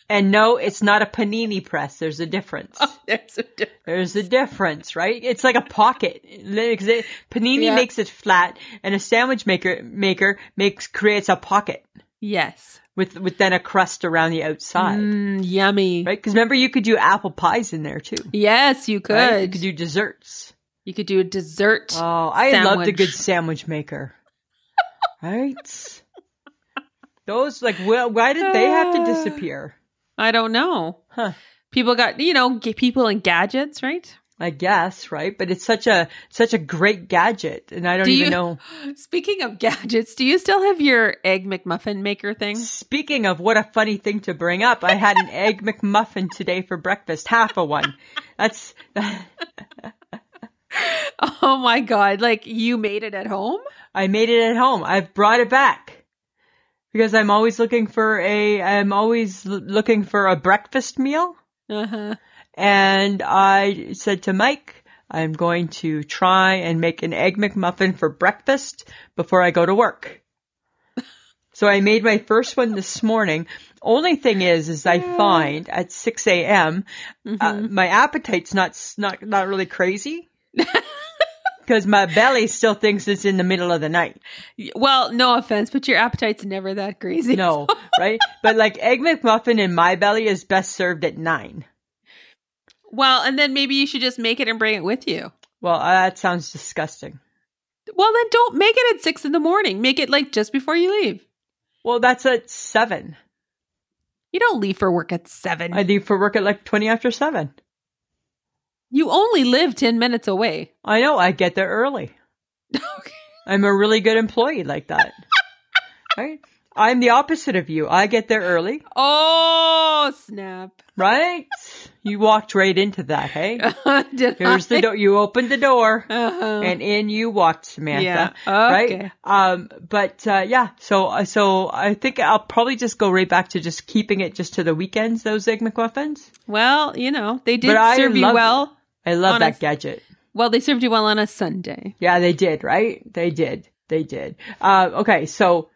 S2: And no, it's not a panini press. There's a difference.
S1: Oh. There's a diff-
S2: Oh, There's a difference, right? It's like a pocket. 'Cause it- Panini
S1: Yeah.
S2: makes it flat, and a sandwich maker maker makes creates a pocket
S1: yes.
S2: with with then a crust around the outside,
S1: Mm, yummy.
S2: right? Because remember, you could do apple pies in there too.
S1: Yes, you could.
S2: right? You could do desserts.
S1: a dessert.
S2: Oh, I loved a
S1: Sandwich.
S2: good sandwich maker, right? Those like, well, why did they have to
S1: Ah.
S2: disappear?
S1: I don't know.
S2: Huh.
S1: People got you know g- people and gadgets, right?
S2: I guess, right? But it's such a such a great gadget, and I don't
S1: Do
S2: even
S1: you-
S2: know.
S1: Speaking of gadgets, do you still have your egg McMuffin maker thing?
S2: Speaking of what a funny thing to bring up, I had an egg McMuffin today for breakfast, half a one. That's
S1: Oh my god! Like you made it at home?
S2: I made it at home. I've brought it back because I'm always looking for a I'm always l-
S1: Uh-huh.
S2: looking for a breakfast meal,
S1: Uh huh.
S2: and I said to Mike, I'm going to try and make an egg McMuffin for breakfast before I go to work. So I made my first one this morning. Only thing is, is I find at 6 a.m. uh,
S1: Mm-hmm.
S2: my appetite's not s- not not really crazy because my belly still thinks it's in the middle of the night.
S1: Well, no offense, but your appetite's never that greasy.
S2: No, right? But like egg McMuffin in my belly is best served at nine.
S1: Well, and then maybe you should just make it and bring it with you.
S2: Well, uh, that sounds disgusting.
S1: Well, then don't make it at six in the morning. Make it like just before you leave.
S2: Well, that's at seven.
S1: You don't leave for work at seven.
S2: I leave for work at like twenty after seven.
S1: you only live 10 minutes away.
S2: I know. I get there early. I'm a really good employee like that. right? I'm the opposite of you. I get there early,
S1: Oh, snap.
S2: right? You walked right into that, hey?
S1: Did
S2: Here's
S1: I?
S2: the door. You opened the door
S1: Uh-huh.
S2: and in you walked, Samantha.
S1: yeah. Okay.
S2: Right. Um, but, uh, yeah. So, so I think I'll probably just go right back to just keeping it just to the weekends, those egg McMuffins.
S1: Well, you know, they did
S2: But I
S1: serve you
S2: love-
S1: well.
S2: I love
S1: Honest-
S2: that gadget.
S1: Well, they served you well on a Sunday.
S2: Yeah, they did, right? They did. They did. Uh, okay, so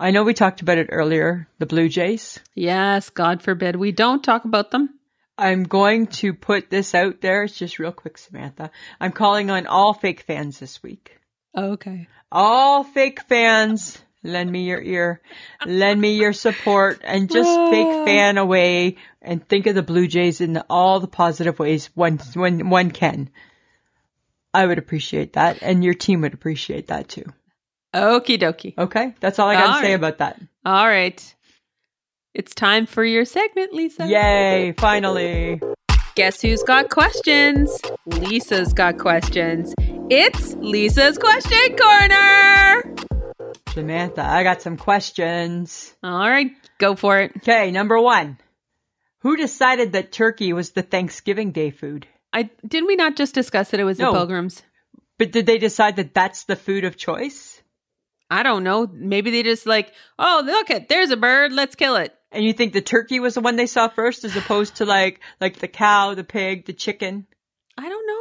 S2: I know we talked about it earlier, the Blue Jays.
S1: Yes, God forbid. We don't talk about them.
S2: I'm going to put this out there. It's just real quick, Samantha. I'm calling on all fake fans this week.
S1: Okay.
S2: All fake fans, lend me your ear, lend me your support, and just fake fan away and think of the Blue Jays in all the positive ways one, one, one can. I would appreciate that, and your team would appreciate that too.
S1: Okie dokie.
S2: Okay, that's all I got to
S1: All
S2: say
S1: right.
S2: about that.
S1: All right. It's time for your segment, Lisa.
S2: Yay, finally.
S1: Guess who's got questions? Lisa's got questions. It's Lisa's Question Corner.
S2: Samantha, I got some questions.
S1: All right, go for it.
S2: Okay, number one. Who decided that turkey was the Thanksgiving Day food?
S1: I didn't we not just discuss that it was
S2: No.
S1: the pilgrims?
S2: But did they decide that that's the food of choice?
S1: I don't know. Maybe they just like, oh, look at there's a bird, let's kill it.
S2: And you think the turkey was the one they saw first as opposed to like, like the cow, the pig, the chicken?
S1: I don't know.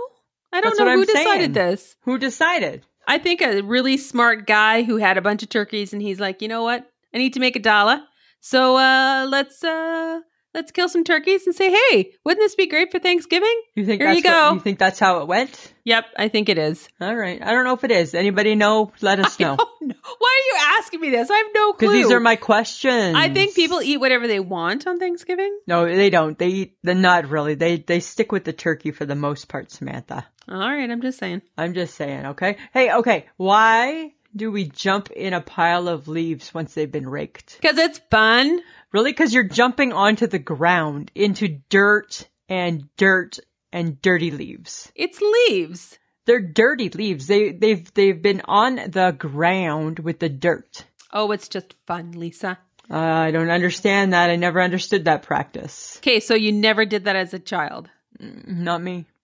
S1: I don't
S2: That's
S1: know
S2: what
S1: who
S2: I'm saying.
S1: decided this.
S2: Who decided?
S1: I think a really smart guy who had a bunch of turkeys and he's like, you know what? I need to make a dollar. So uh let's uh let's kill some turkeys and say, hey, wouldn't this be great for Thanksgiving?
S2: You think
S1: Here
S2: that's
S1: you
S2: what-
S1: go.
S2: you think that's how it went?
S1: Yep, I think it is.
S2: All right. I don't know if it is. Anybody know? Let us
S1: I
S2: know.
S1: don't know. Why are you asking me this? I have no clue.
S2: Because these are my questions.
S1: I think people eat whatever they want on Thanksgiving.
S2: No, they don't. They eat the not really. They they stick with the turkey for the most part, Samantha.
S1: All right, I'm just saying.
S2: I'm just saying, okay? Hey, okay, why do we jump in a pile of leaves once they've been raked?
S1: Because it's fun.
S2: Really? Because you're jumping onto the ground into dirt and dirt and dirty leaves.
S1: It's leaves.
S2: They're dirty leaves. They they've they've been on the ground with the dirt.
S1: Oh, it's just fun, Lisa.
S2: Uh, I don't understand that. I never understood that practice.
S1: Okay, so you never did that as a child.
S2: Not me.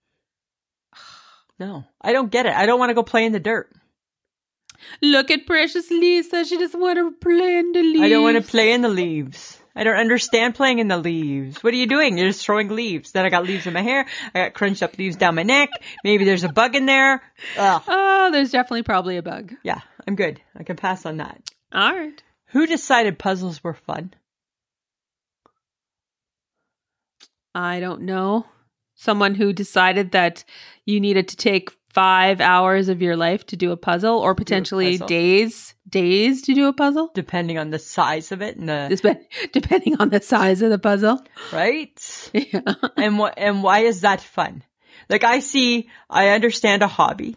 S2: No, I don't get it. I don't want to go play in the dirt.
S1: Look at precious Lisa. She doesn't want to play in the leaves.
S2: I don't want to play in the leaves. I don't understand playing in the leaves. What are you doing? You're just throwing leaves. Then I got leaves in my hair. I got crunched up leaves down my neck. Maybe there's a bug in there. Ugh.
S1: Oh, there's definitely probably a bug.
S2: Yeah, I'm good. I can pass on that.
S1: All right.
S2: Who decided puzzles were fun?
S1: I don't know. Someone who decided that you needed to take five hours of your life to do a puzzle or potentially
S2: puzzle.
S1: days, days to do a puzzle.
S2: Depending on the size of it and the
S1: This- but Depending on the size of the puzzle.
S2: right.
S1: Yeah.
S2: And what and why is that fun? Like I see, I understand a hobby.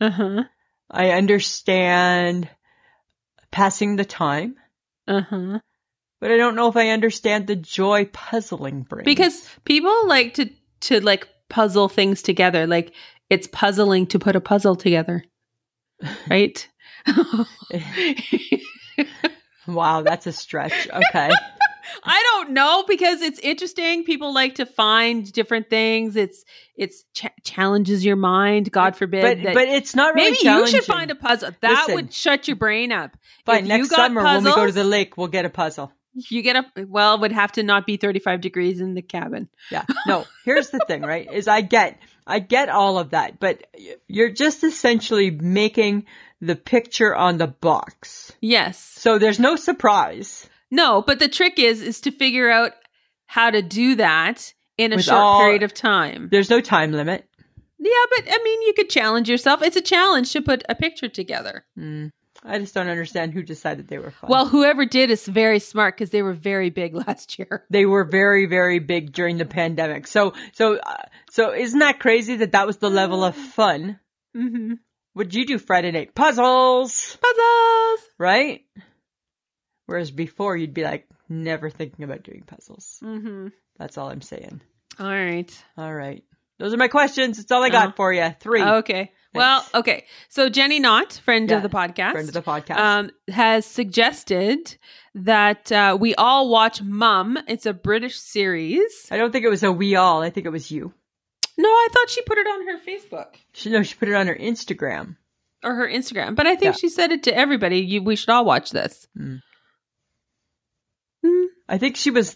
S1: Uh-huh.
S2: I understand passing the time,
S1: Uh-huh.
S2: but I don't know if I understand the joy puzzling brings.
S1: because people like to to like puzzle things together like it's puzzling to put a puzzle together right
S2: Wow, that's a stretch. Okay.
S1: i don't know because it's interesting people like to find different things it's it's ch- challenges your mind god forbid
S2: but
S1: that
S2: but it's not really
S1: maybe you should find a puzzle that
S2: Listen.
S1: would shut your brain up
S2: Fine,
S1: if
S2: next
S1: you got
S2: summer when we go to
S1: puzzles-
S2: the lake, we'll get a puzzle.
S1: you get a well it would have to not be 35 degrees in the cabin
S2: Yeah. No, here's the thing, right? Is I get I get all of that, but you're just essentially making the picture on the box.
S1: Yes.
S2: So there's no surprise.
S1: No, but the trick is is to figure out how to do that in a
S2: With
S1: short
S2: all-
S1: period of time.
S2: There's no time limit.
S1: Yeah, but I mean, you could challenge yourself. It's a challenge to put a picture together.
S2: Mm. I just don't understand who decided they were fun.
S1: Well, whoever did is very smart because they were very big last year.
S2: they were very, very big during the pandemic. So, so, uh, so isn't that crazy that that was the level of fun?
S1: hmm
S2: What'd you do Friday night? Puzzles,
S1: Puzzles.
S2: right? Whereas before you'd be like, never thinking about doing puzzles.
S1: Mm-hmm.
S2: That's all I'm saying.
S1: All right.
S2: All right. Those are my questions. It's all I got
S1: Oh.
S2: for you. Three.
S1: Okay. Well, okay. So Jenny Knott, friend
S2: Yeah,
S1: of the podcast,
S2: Friend of the podcast.
S1: um, has suggested that uh, we all watch Mum. It's a British series.
S2: I don't think it was a we all. I think it was you.
S1: No, I thought she put it on her Facebook
S2: She, no, she put it on her Instagram.
S1: or her Instagram, but I think
S2: Yeah.
S1: she said it to everybody. You, we should all watch this.
S2: Mm.
S1: Hmm.
S2: I think she was,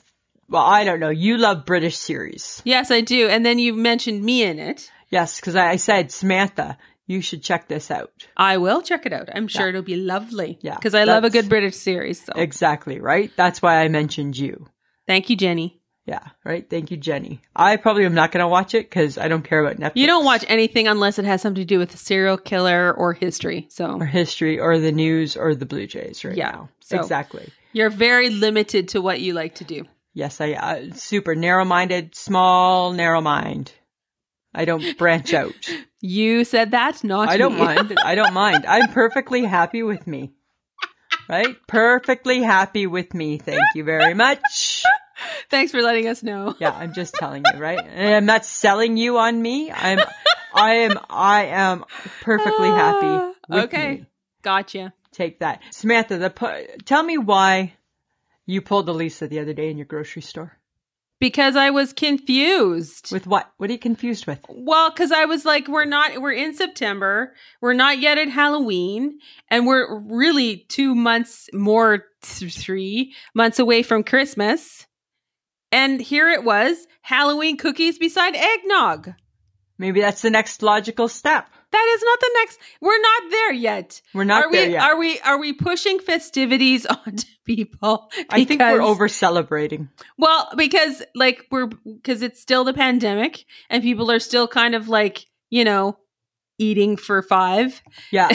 S2: well, I don't know. You love British series.
S1: Yes, I do. And then you mentioned me in it.
S2: Yes, because I I said, Samantha, you should check this out.
S1: I will check it out. I'm sure it'll be lovely.
S2: Yeah,
S1: because I love a
S2: that's-
S1: good British series. So
S2: Exactly, right? That's why I mentioned you.
S1: thank you, Jenny.
S2: Yeah, right? Thank you, Jenny. I probably am not going to watch it because I don't care about Netflix.
S1: You don't watch anything unless it has something to do with a serial killer or history. So
S2: Or history or the news or the Blue Jays right
S1: Yeah,
S2: now.
S1: so-
S2: Exactly.
S1: You're very limited to what you like to do.
S2: Yes, I uh, super narrow minded, small, narrow mind. I don't branch out.
S1: You said that, not
S2: I don't
S1: me.
S2: mind. I don't mind. I'm perfectly happy with me. Right? Perfectly happy with me. Thank you very much.
S1: Thanks for letting us know.
S2: Yeah, I'm just telling you, right? And I'm not selling you on me. I'm I am I am perfectly happy
S1: Ah,
S2: with
S1: okay.
S2: me.
S1: Gotcha.
S2: Take that. Samantha, the pu- tell me why you pulled the Lisa the other day in your grocery store.
S1: Because I was confused.
S2: With what? What are you confused with?
S1: well, because I was like, we're not, we're in September, we're not yet at Halloween, and we're really two months more, th- three months away from Christmas. And here it was Halloween cookies beside eggnog.
S2: Maybe that's the next logical step.
S1: That is not the next, we're not there yet.
S2: We're not
S1: are
S2: there
S1: we
S2: yet.
S1: are we are we pushing festivities onto people?
S2: I think we're
S1: Because-
S2: over celebrating.
S1: Well, because like we're because it's still the pandemic and people are still kind of like you know eating for five.
S2: Yeah.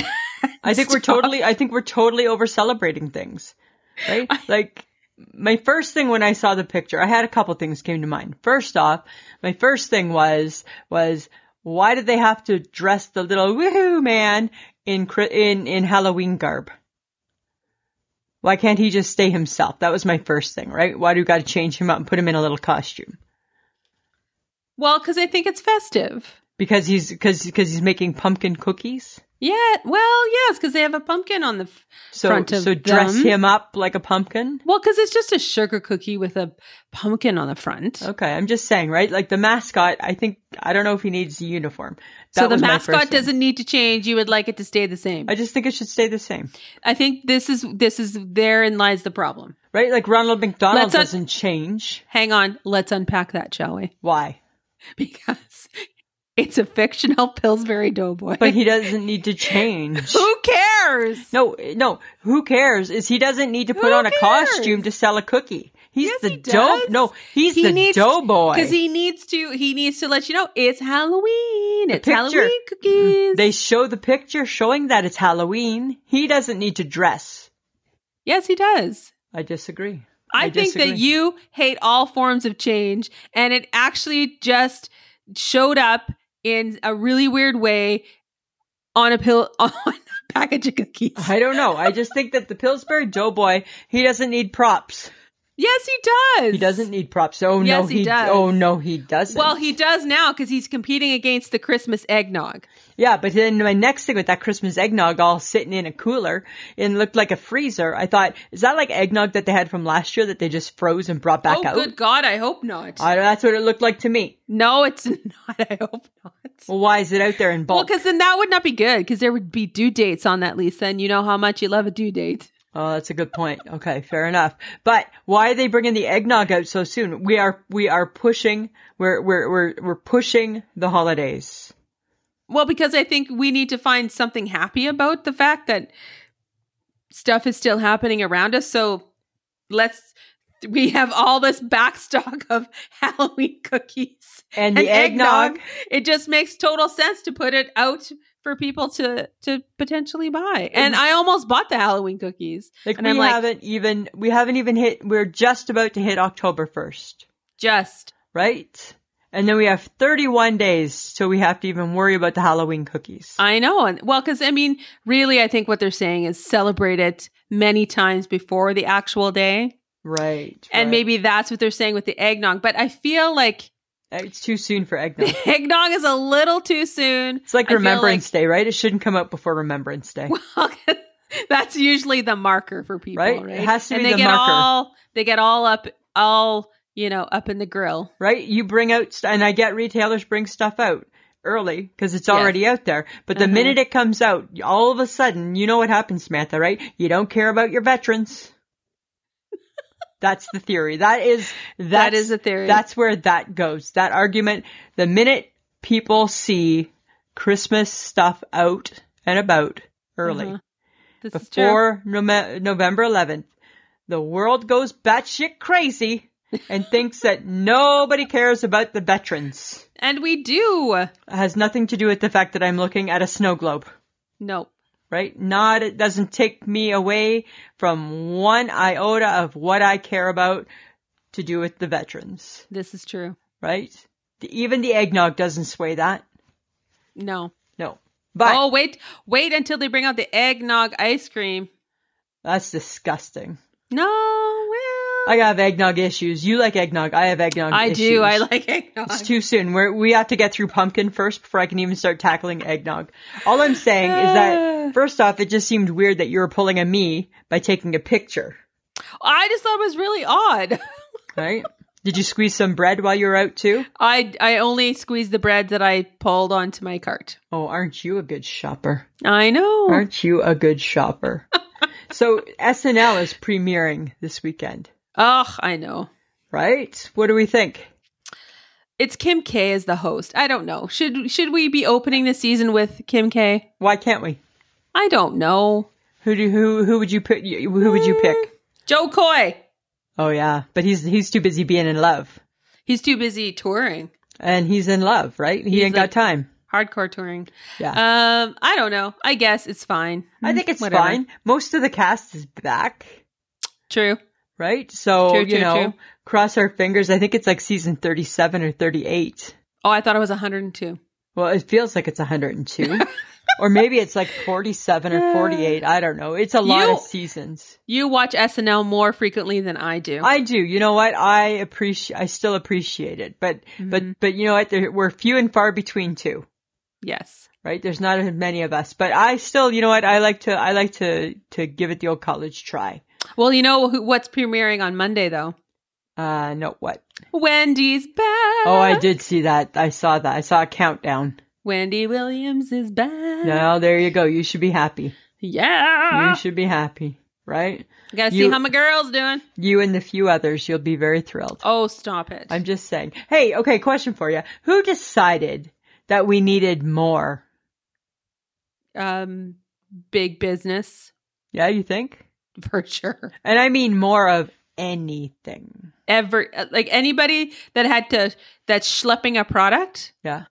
S2: I think we're
S1: Stop.
S2: totally I think we're totally over celebrating things. Right? like my first thing when I saw the picture, I had a couple things came to mind. First off, my first thing was was why did they have to dress the little woohoo man in Chri- in in Halloween garb? Why can't he just stay himself? That was my first thing, right? Why do you got to change him up and put him in a little costume?
S1: Well, because I think it's festive.
S2: Because he's because because he's making pumpkin cookies.
S1: Yeah. Well, yes, because they have a pumpkin on the. F-
S2: So
S1: Front of
S2: so dress
S1: them.
S2: him up like a pumpkin.
S1: well, because it's just a sugar cookie with a pumpkin on the front.
S2: Okay, I'm just saying, right? Like the mascot, I think I don't know if he needs a uniform. That
S1: so the
S2: was my first
S1: mascot
S2: thing.
S1: doesn't need to change. You would like it to stay the same.
S2: I just think it should stay the same,
S1: I think this is this is therein lies the problem.
S2: right? Like Ronald McDonald
S1: Let's un-
S2: doesn't change.
S1: Hang on, let's unpack that, shall we?
S2: Why?
S1: Because it's a fictional Pillsbury Doughboy.
S2: But he doesn't need to change.
S1: Who cares?
S2: no, no. Who cares? Is he doesn't need to put
S1: Who
S2: on a
S1: cares?
S2: costume to sell a cookie? He's
S1: Yes,
S2: the
S1: he
S2: dope.
S1: does.
S2: No, he's
S1: He
S2: the
S1: needs-
S2: doughboy.
S1: Because he needs to. He needs to let you know it's Halloween. it's
S2: picture. Mm,
S1: Halloween cookies.
S2: they show the picture showing that it's Halloween. He doesn't need to dress.
S1: yes, he does.
S2: I disagree.
S1: I,
S2: I
S1: think that
S2: disagree.
S1: you hate all forms of change, and it actually just showed up in a really weird way on a pill on a package of cookies.
S2: I don't know. I just think that the Pillsbury Doughboy, he doesn't need props.
S1: yes, he does.
S2: He doesn't need props. Oh no,
S1: Yes,
S2: he,
S1: he does.
S2: oh no, he doesn't.
S1: Well, he does now because he's competing against the Christmas eggnog.
S2: yeah, but then my next thing with that Christmas eggnog all sitting in a cooler and looked like a freezer, I thought, is that like eggnog that they had from last year that they just froze and brought back
S1: oh,
S2: out?
S1: good God! I hope not.
S2: I, that's what it looked like to me.
S1: no, it's not. I hope not.
S2: Well, why is it out there in
S1: Well,
S2: bulk?
S1: because then that would not be good because there would be due dates on that, Lisa, and you know how much you love a due date.
S2: Oh, that's a good point. Okay, fair enough. But why are they bringing the eggnog out so soon? We are we are pushing we're we're we're we're pushing the holidays.
S1: Well, because I think we need to find something happy about the fact that stuff is still happening around us. So let's we have all this backstock of Halloween cookies
S2: And the eggnog.
S1: It just makes total sense to put it out for people to to potentially buy. And I almost bought the Halloween cookies.
S2: Like
S1: And
S2: we
S1: I'm like-
S2: haven't even we haven't even hit we're just about to hit October first,
S1: Just
S2: right? And then we have thirty one days till we have to even worry about the Halloween cookies.
S1: I know. And well, because I mean, really, I think what they're saying is celebrate it many times before the actual day.
S2: right.
S1: And
S2: right.
S1: maybe that's what they're saying with the eggnog. But I feel like
S2: it's too soon for eggnog.
S1: the eggnog is a little too soon.
S2: It's like
S1: I feel
S2: Remembrance
S1: like-
S2: Day, right? It shouldn't come out before Remembrance Day.
S1: Well, that's usually the marker for people,
S2: Right?
S1: right?
S2: It has to
S1: and
S2: be
S1: they
S2: the
S1: get
S2: marker.
S1: all they get all up, all you know, up in the grill.
S2: right? You bring out, st- and I get retailers bring stuff out early because it's already out there. But the
S1: Uh-huh.
S2: minute it comes out, all of a sudden, you know what happens, Samantha, right? You don't care about your veterans. That's the theory. That is that's,
S1: That is a theory.
S2: That's where that goes. That argument. The minute people see Christmas stuff out and about early,
S1: Uh-huh. This is true.
S2: before Nome- November 11th, the world goes batshit crazy and thinks that nobody cares about the veterans.
S1: and we do.
S2: It has nothing to do with the fact that I'm looking at a snow globe,
S1: Nope.
S2: right? Not, it doesn't take me away from one iota of what I care about to do with the veterans,
S1: This is true.
S2: right? The, even the eggnog doesn't sway that.
S1: No.
S2: No. But
S1: oh wait, wait until they bring out the eggnog ice cream.
S2: that's disgusting.
S1: No, well,
S2: I have eggnog issues. You like eggnog. I have eggnog
S1: I
S2: issues.
S1: do. I like eggnog.
S2: It's too soon. We're, we have to get through pumpkin first before I can even start tackling eggnog. All I'm saying is that first off, it just seemed weird that you were pulling a me by taking a picture,
S1: I just thought it was really odd.
S2: right? Did you squeeze some bread while you were out too?
S1: I I only squeezed the bread that I pulled onto my cart.
S2: Oh, aren't you a good shopper?
S1: I know.
S2: Aren't you a good shopper? so SNL is premiering this weekend,
S1: Ugh, I know.
S2: right? What do we think?
S1: It's Kim K as the host. I don't know. Should should we be opening the season with Kim K?
S2: Why can't we?
S1: I don't know. Hmm.
S2: Who do who who would you pick? Who would you
S1: Uh.
S2: pick?
S1: Joe Coy.
S2: Oh yeah, but he's he's too busy being in love,
S1: He's too busy touring.
S2: and he's in love, right? He
S1: He's
S2: ain't
S1: like-
S2: got time.
S1: Hardcore touring.
S2: Yeah.
S1: Um, I don't know. I guess it's fine.
S2: I think it's
S1: Mm, Whatever.
S2: fine. Most of the cast is back,
S1: True.
S2: right? So,
S1: True,
S2: you
S1: true,
S2: know,
S1: true.
S2: cross our fingers. I think it's like season 37 or 38.
S1: Oh, I thought it was 102.
S2: Well, it feels like it's 102. or maybe it's like 47 or 48. I don't know. It's a lot
S1: Uh, You-
S2: of seasons.
S1: You watch SNL more frequently than I do.
S2: I do. You know what? I appreciate, I still appreciate it. But, but,
S1: Mm-hmm.
S2: but you know what? There, we're few and far between too.
S1: yes.
S2: Right? There's not as many of us, but I still, you know what? I like to, I like to, to give it the old college try.
S1: Well, you know who, what's premiering on Monday though?
S2: Uh, no, what?
S1: Wendy's back.
S2: Oh, I did see that. I saw that. I saw a countdown.
S1: Wendy Williams is back.
S2: No, there you go. You should be happy.
S1: Yeah.
S2: You should be happy, right?
S1: Gotta see
S2: you-
S1: how my girl's doing.
S2: You and the few others, you'll be very thrilled.
S1: Oh, stop it.
S2: I'm just saying. Hey, okay, question for you. Who decided that we needed more?
S1: um, big business
S2: Yeah, you think?
S1: for sure.
S2: And I mean more of anything.
S1: Ever like anybody that had to that's schlepping a product,
S2: Yeah.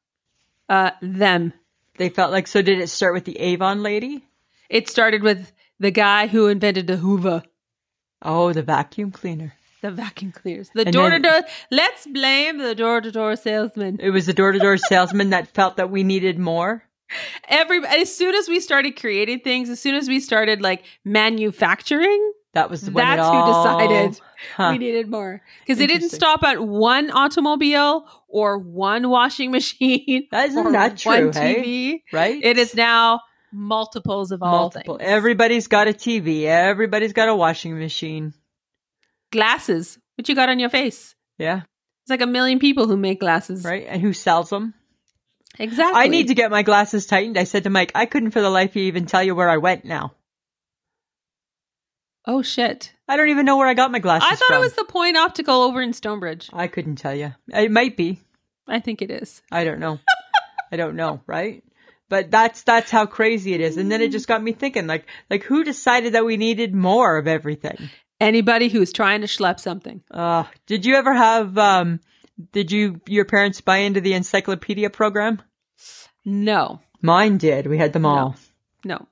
S1: uh, them.
S2: They felt like so did it start with the Avon lady?
S1: It started with the guy who invented the Hoover,
S2: Oh, the vacuum cleaner.
S1: the vacuum cleaners, the
S2: And
S1: door to
S2: then-
S1: door. Let's blame the door to door salesman.
S2: It was the door-to-door salesman that felt that we needed more.
S1: Every as soon as we started creating things, as soon as we started like manufacturing,
S2: That was the one
S1: That's who decided
S2: Huh.
S1: we needed more because they didn't
S2: Interesting.
S1: stop at one automobile or one washing machine.
S2: That isn't
S1: or
S2: that true,
S1: One
S2: hey?
S1: TV.
S2: right?
S1: It is now multiples of all
S2: Multiple.
S1: things.
S2: Everybody's got a TV. Everybody's got a washing machine.
S1: glasses. What you got on your face?
S2: Yeah,
S1: It's like a million people who make glasses.
S2: right. And who sells them?
S1: Exactly.
S2: I need to get my glasses tightened. I said to Mike, I couldn't for the life of you even tell you where I went now.
S1: Oh shit!
S2: I don't even know where I got my glasses
S1: I thought it
S2: from.
S1: was the Point Optical over in Stonebridge.
S2: I couldn't tell you. It might be.
S1: I think it is.
S2: I don't know. I don't know, right? But that's that's how crazy it is. And then it just got me thinking, like like who decided that we needed more of everything?
S1: Anybody who's trying to schlep something.
S2: Uh, did you ever have um did you your parents buy into the encyclopedia program?
S1: No,
S2: Mine did. We had them all.
S1: no.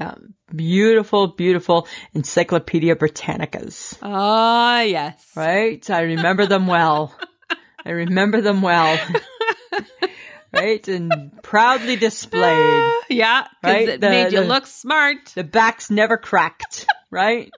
S2: Yeah. Beautiful, beautiful encyclopedia britannicas.
S1: Ah, yes.
S2: Right? I remember them well. I remember them well. right? And proudly displayed.
S1: Ah, yeah, because
S2: Right,
S1: it
S2: the-
S1: made you
S2: the-
S1: look smart.
S2: The back's never cracked, right?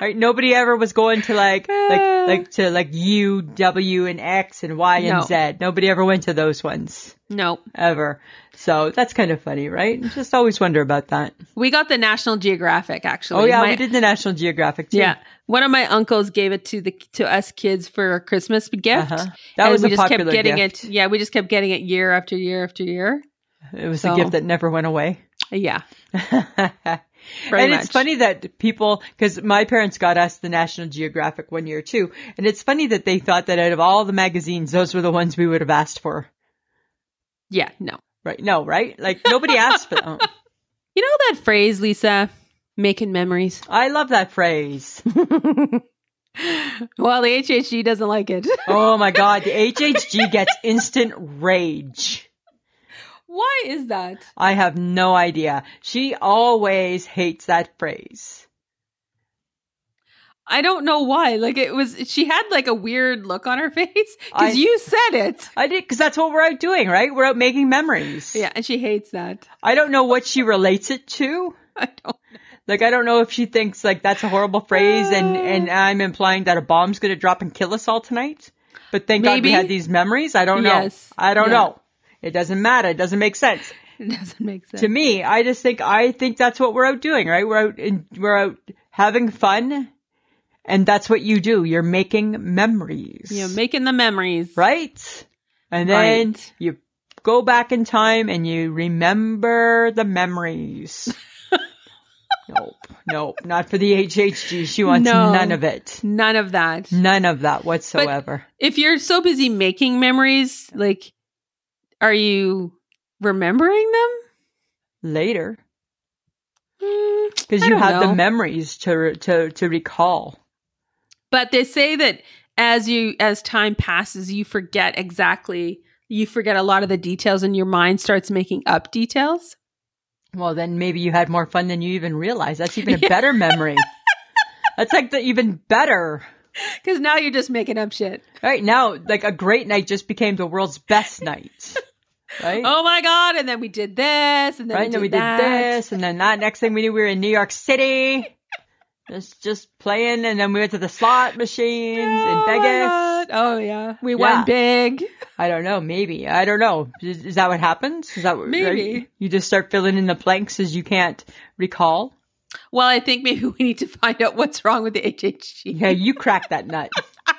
S2: Right? Nobody ever was going to like like like to like U, W, and X and Y and
S1: No.
S2: Z. Nobody ever went to those ones
S1: no,
S2: ever. So that's kind of funny, right? Just always wonder about that.
S1: we got the National Geographic actually.
S2: Oh yeah,
S1: My-
S2: we did the National Geographic too.
S1: Yeah, one of my uncles gave it to the to us kids for a Christmas gift.
S2: Uh-huh. That
S1: and
S2: was
S1: we
S2: a
S1: just kept
S2: popular
S1: getting
S2: gift.
S1: it. Yeah, we just kept getting it year after year after year.
S2: It was
S1: So-
S2: a gift that never went away.
S1: Yeah,
S2: and
S1: much.
S2: it's funny that people, because my parents got us the National Geographic one year too, and it's funny that they thought that out of all the magazines, those were the ones we would have asked for.
S1: yeah. No,
S2: Right? No, right? Like nobody asked for them.
S1: you know that phrase, Lisa, making memories.
S2: I love that phrase.
S1: well, the HHG doesn't like it.
S2: Oh my god, the HHG gets instant rage.
S1: Why is that?
S2: I have no idea. She always hates that phrase.
S1: I don't know why. Like it was, she had like a weird look on her face
S2: I-
S1: because you said it.
S2: I did because that's what we're out doing, right? We're out making memories.
S1: Yeah, and she hates that.
S2: I don't know what she relates it to.
S1: I don't.
S2: Like I don't know if she thinks like that's a horrible phrase
S1: Uh.
S2: and and I'm implying that a bomb's going to drop and kill us all tonight. But thank God
S1: Maybe.
S2: we had these memories. I don't know.
S1: Yes.
S2: I don't
S1: Yeah.
S2: know. It doesn't matter. It doesn't make sense.
S1: It doesn't make sense.
S2: To me, I just think I think that's what we're out doing, right? We're out in, we're out having fun and that's what you do. You're making memories.
S1: you know, making the memories.
S2: right? And then
S1: Right.
S2: you go back in time and you remember the memories. nope, nope, not for the HHG. She wants
S1: No.
S2: none of it.
S1: None of that.
S2: None of that whatsoever.
S1: If you're so busy making memories, like, are you remembering them?
S2: Later,
S1: Because
S2: because you have the memories to to to recall.
S1: But they say that as you as time passes, you forget exactly. You forget a lot of the details, and your mind starts making up details.
S2: Well, then maybe you had more fun than you even realized. That's even a
S1: Yeah.
S2: better memory. That's like the even better.
S1: Because now you're just making up shit.
S2: Right now, like a great night just became the world's best night. Right?
S1: Oh my god! And then we did this, and then
S2: right?
S1: we
S2: And
S1: did,
S2: then we did
S1: that.
S2: this, and then that. Next thing we knew, we were in New York City, just just playing, and then we went to the slot machines
S1: Oh my
S2: in Vegas.
S1: God. Oh yeah, we
S2: Yeah.
S1: won big.
S2: I don't know, maybe I don't know. Is, is that what happens? Is that what,
S1: Maybe.
S2: right? you just start filling in the blanks as you can't recall?
S1: Well, I think maybe we need to find out what's wrong with the HHG.
S2: Yeah, you crack that nut.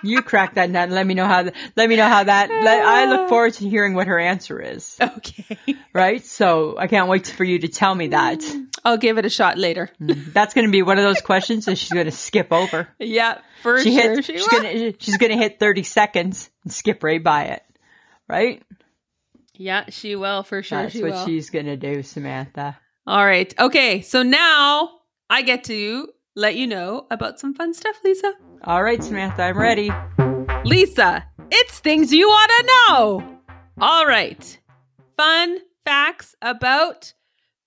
S2: You crack that nut. And let me know how. th- let me know how that. Let, I look forward to hearing what her answer is.
S1: Okay,
S2: Right. So I can't wait for you to tell me that.
S1: I'll give it a shot later.
S2: That's going to be one of those questions that she's going to skip over.
S1: Yeah, for
S2: she
S1: sure.
S2: hit,
S1: she
S2: she's
S1: will.
S2: gonna she's gonna hit 30 seconds and skip right by it right
S1: Yeah, she will for sure.
S2: that's
S1: she
S2: what
S1: will.
S2: she's gonna do samantha
S1: All right. Okay. So now I get to let you know about some fun stuff, Lisa.
S2: all right samantha i'm ready
S1: Lisa, it's things you want to know. All right. Fun facts about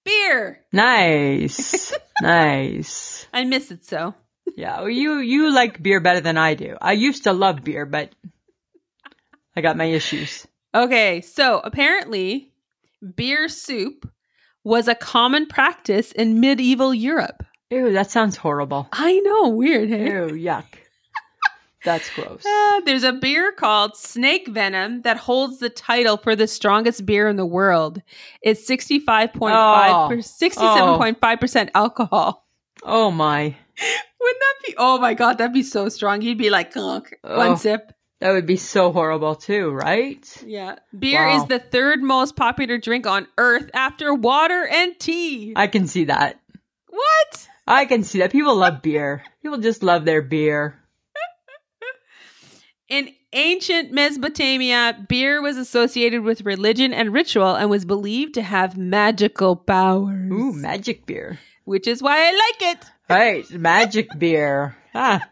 S1: beer.
S2: nice nice
S1: I miss it so.
S2: yeah well, you you like beer better than i do i used to love beer but i got my issues
S1: Okay. So apparently, beer soup was a common practice in medieval Europe.
S2: ew that sounds horrible
S1: I know. Weird. Hey?
S2: ew yuck that's gross
S1: Ah, there's a beer called Snake Venom that holds the title for the strongest beer in the world. It's 65.5 per,
S2: Oh.
S1: 67.5% alcohol.
S2: oh my
S1: Wouldn't that be Oh my god, that'd be so strong. You'd be like "Glunk," one
S2: Oh.
S1: sip.
S2: that would be so horrible too right
S1: Yeah. Beer
S2: Wow.
S1: is the third most popular drink on earth after water and tea.
S2: i can see that
S1: what?
S2: I can see that. People love beer. People just love their beer.
S1: In ancient Mesopotamia, beer was associated with religion and ritual and was believed to have magical powers.
S2: Ooh, magic beer.
S1: which is why I like it.
S2: Right, magic beer. Ah.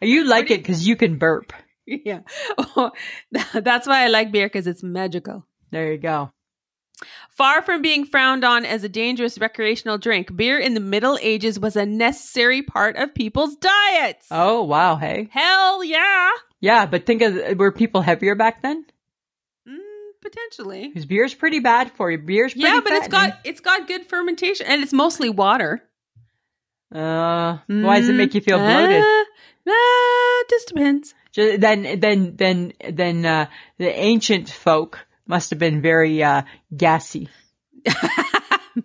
S2: You like it because you can burp.
S1: Yeah. Oh, that's why I like beer because it's magical.
S2: There you go.
S1: Far from being frowned on as a dangerous recreational drink, beer in the Middle Ages was a necessary part of people's diets.
S2: Oh, wow. Hey.
S1: Hell yeah.
S2: Yeah, but think of were people heavier back then?
S1: Mm, potentially.
S2: Because beer's pretty bad for you. Beer's pretty
S1: Yeah, but it's
S2: fattening.
S1: got it's got good fermentation and it's mostly water.
S2: Uh, why does it
S1: Mm,
S2: make you feel bloated?
S1: ah, ah, just depends.
S2: Ju- then, then, then, then uh, the ancient folk must have been very uh, gassy.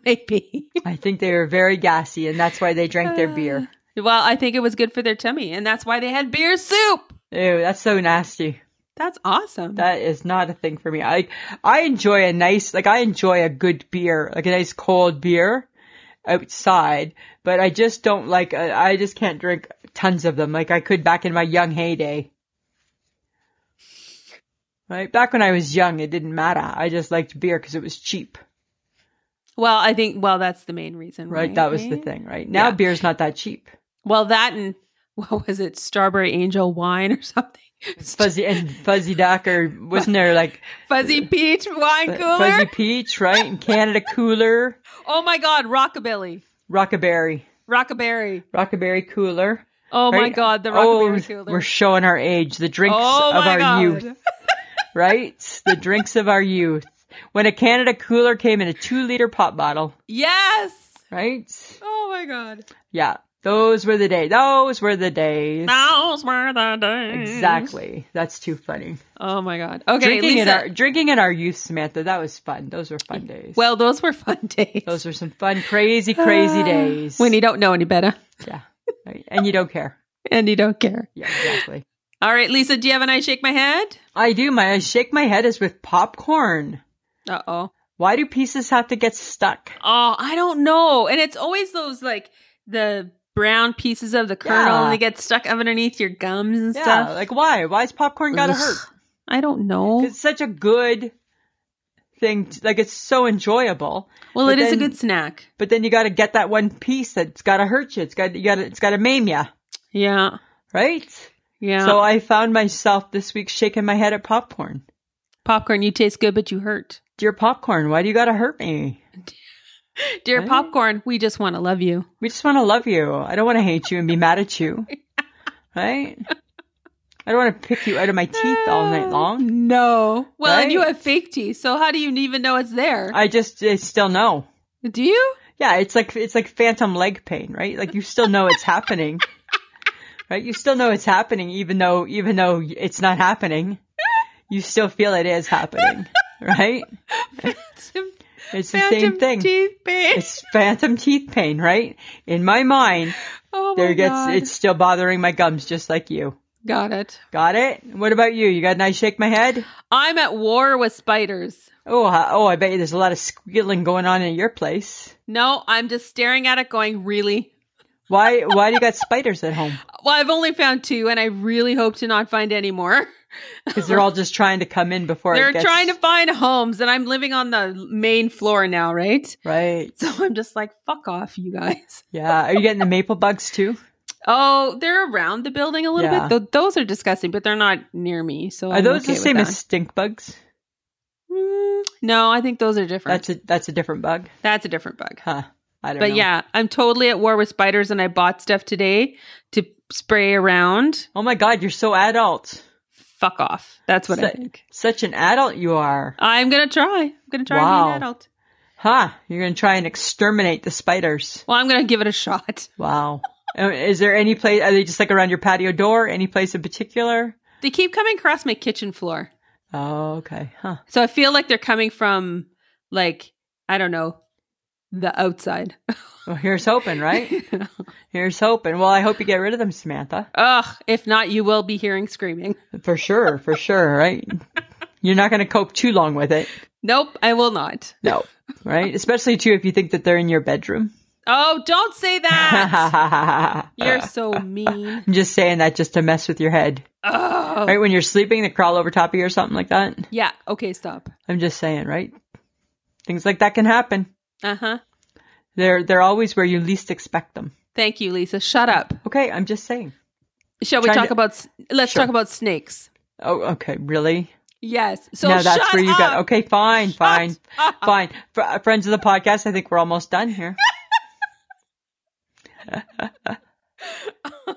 S1: Maybe.
S2: I think they were very gassy, and that's why they drank their beer.
S1: Well, I think it was good for their tummy, and that's why they had beer soup.
S2: Ew, that's so nasty.
S1: That's awesome.
S2: That is not a thing for me. I I enjoy a nice like I enjoy a good beer, like a nice cold beer outside, but I just don't like uh, I just can't drink tons of them like I could back in my young heyday. Right? Back when I was young, it didn't matter. I just liked beer cuz it was cheap.
S1: Well, I think well that's the main reason.
S2: Right? That was the thing, right? Now
S1: Yeah.
S2: beer's not that cheap.
S1: Well, that and what was it, Strawberry Angel wine or something?
S2: Fuzzy and Fuzzy Duck or wasn't there like
S1: Fuzzy peach wine cooler.
S2: Fuzzy Peach, right? And Canada Cooler,
S1: Oh my God, rockabilly,
S2: Rockaberry,
S1: rockaberry.
S2: Rockaberry Cooler.
S1: Oh my
S2: Right?
S1: God, the
S2: oh,
S1: rockabilly cooler.
S2: We're showing our age, the drinks
S1: oh
S2: of
S1: my
S2: our
S1: God.
S2: youth, right? the drinks of our youth. When a Canada cooler came in a two liter pop bottle,
S1: Yes.
S2: right?
S1: Oh my God.
S2: Yeah, those were the days. Those were the days.
S1: Those were the days.
S2: Exactly. That's too funny.
S1: Oh my God. Okay,
S2: drinking in
S1: Lisa.
S2: our drinking in our youth, Samantha. That was fun. Those were fun days.
S1: well, those were fun days.
S2: those were some fun, crazy, crazy days.
S1: when you don't know any better
S2: yeah, right. and you don't care.
S1: and you don't care.
S2: Yeah, exactly.
S1: All right, Lisa, do you have an I shake my head?
S2: I do. My I shake my head is with popcorn.
S1: Uh oh.
S2: Why do pieces have to get stuck?
S1: Oh, I don't know. And it's always those like the brown pieces of the kernel
S2: Yeah.
S1: and they get stuck underneath your gums and
S2: Yeah,
S1: stuff.
S2: like why? Why's popcorn gotta
S1: Ugh.
S2: hurt?
S1: I don't know.
S2: It's such a good thing. To, like it's so enjoyable,
S1: Well,
S2: but
S1: it is
S2: then-
S1: a good snack.
S2: but then you gotta get that one piece that's gotta hurt you. It's got you gotta it's gotta maim you,
S1: Yeah.
S2: right?
S1: Yeah.
S2: So I found myself this week shaking my head at popcorn.
S1: popcorn, you taste good, but you hurt.
S2: Dear popcorn, why do you gotta hurt me?
S1: Dear
S2: Right?
S1: popcorn, we just want to love you.
S2: We just want to love you. I don't want to hate you and be mad at you, right? I don't want to pick you out of my teeth all night long.
S1: Uh, No. Well, and you
S2: Right?
S1: have fake teeth, so how do you even know it's there?
S2: I just I still know.
S1: do you?
S2: Yeah, it's like it's like phantom leg pain, right? Like you still know it's happening. Right? You still know it's happening even though even though it's not happening. You still feel it is happening, right? It's the same
S1: Phantom
S2: thing.
S1: Teeth pain.
S2: It's phantom teeth pain, right? In my mind,
S1: Oh my
S2: there gets
S1: god.
S2: it's still bothering my gums just like you.
S1: Got it.
S2: Got it? What about you? You got a nice shake my head?
S1: I'm at war with spiders.
S2: Oh, ha- oh, I bet you there's a lot of squealing going on in your place.
S1: No, I'm just staring at it going, really?
S2: Why why do you got spiders at home?
S1: Well, I've only found two, and I really hope to not find any more.
S2: Cuz they're all just trying to come in before it
S1: They're
S2: gets-
S1: trying to find homes, and I'm living on the main floor now, right?
S2: Right.
S1: So I'm just like, fuck off, you guys.
S2: Yeah. Are you getting the maple bugs too?
S1: Oh, they're around the building a little
S2: Yeah.
S1: bit. Th- those are disgusting, but they're not near me. So
S2: Are
S1: I'm
S2: those
S1: okay
S2: the
S1: with
S2: same
S1: that.
S2: as stink bugs?
S1: Mm, no, I think those are different.
S2: That's a that's a different bug.
S1: That's a different bug.
S2: Huh. I don't
S1: But
S2: know.
S1: yeah, I'm totally at war with spiders, and I bought stuff today to spray around.
S2: Oh my god, you're so adult.
S1: Fuck off. That's what I
S2: So-
S1: think.
S2: Such an adult you are.
S1: I'm gonna try. I'm gonna try to be
S2: Wow.
S1: an adult.
S2: Huh. You're gonna try and exterminate the spiders.
S1: Well, I'm gonna give it a shot.
S2: Wow. Uh, Is there any place are they just like around your patio door? Any place in particular?
S1: They keep coming across my kitchen floor,
S2: Oh, okay. Huh.
S1: so I feel like they're coming from like I don't know the outside.
S2: Well here's hoping, right? Here's hoping. Well, I hope you get rid of them, Samantha.
S1: Ugh! If not, you will be hearing screaming.
S2: For sure, for sure, right? You're not gonna cope too long with it.
S1: Nope, I will not.
S2: No. Right? Especially too if you think that they're in your bedroom.
S1: Oh, don't say that. You're
S2: You're
S1: so mean.
S2: I'm just saying that just to mess with your head.
S1: Oh.
S2: Right when you're sleeping, they crawl over top of you or something like that.
S1: Yeah. Okay. Stop.
S2: I'm just saying, right? Things like that can happen.
S1: Uh huh.
S2: They're they're always where you least expect them.
S1: Thank you, Lisa. Shut up.
S2: Okay, I'm just saying.
S1: Shall we
S2: Trying
S1: talk
S2: to-
S1: about? s- Let's
S2: Sure.
S1: talk about snakes.
S2: Oh, okay, really?
S1: Yes. So
S2: now that's
S1: shut
S2: where you
S1: up.
S2: got. Okay, fine, fine,
S1: up.
S2: fine. Fr- uh, friends of the podcast, I think we're almost done here.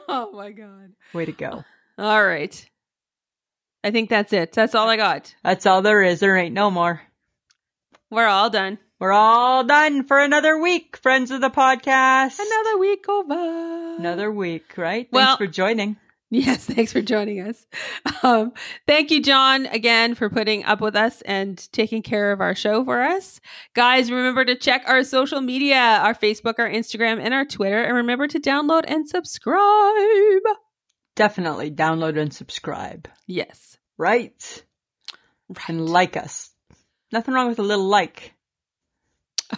S1: Oh my god.
S2: Way to go.
S1: All right. I think that's it. That's all I got.
S2: That's all there is. There ain't no more.
S1: We're all done.
S2: We're all done for another week, friends of the podcast.
S1: Another week over.
S2: Another week, right?
S1: Well-
S2: Thanks for joining.
S1: Yes, thanks for joining us. Um, thank you, John, again for putting up with us and taking care of our show for us. Guys, remember to check our social media our Facebook, our Instagram, and our Twitter. And remember to download and subscribe.
S2: Definitely download and subscribe.
S1: Yes.
S2: Right? And
S1: Right.
S2: like us. Nothing wrong with a little like.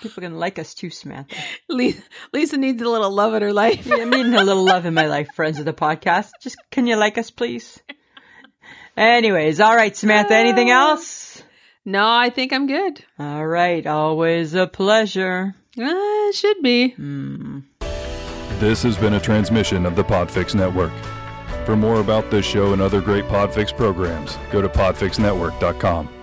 S2: People can like us too, Samantha.
S1: Le- Lisa needs a little love in her life.
S2: I mean, a little love in my life, friends of the podcast. Just can you like us, please? Anyways, all right, Samantha, anything
S1: Uh.
S2: else?
S1: No, I think I'm good.
S2: All right, always a pleasure.
S1: Uh, it should be.
S2: Hmm.
S3: This has been a transmission of the Podfix Network. For more about this show and other great Podfix programs, go to podfixnetwork.com.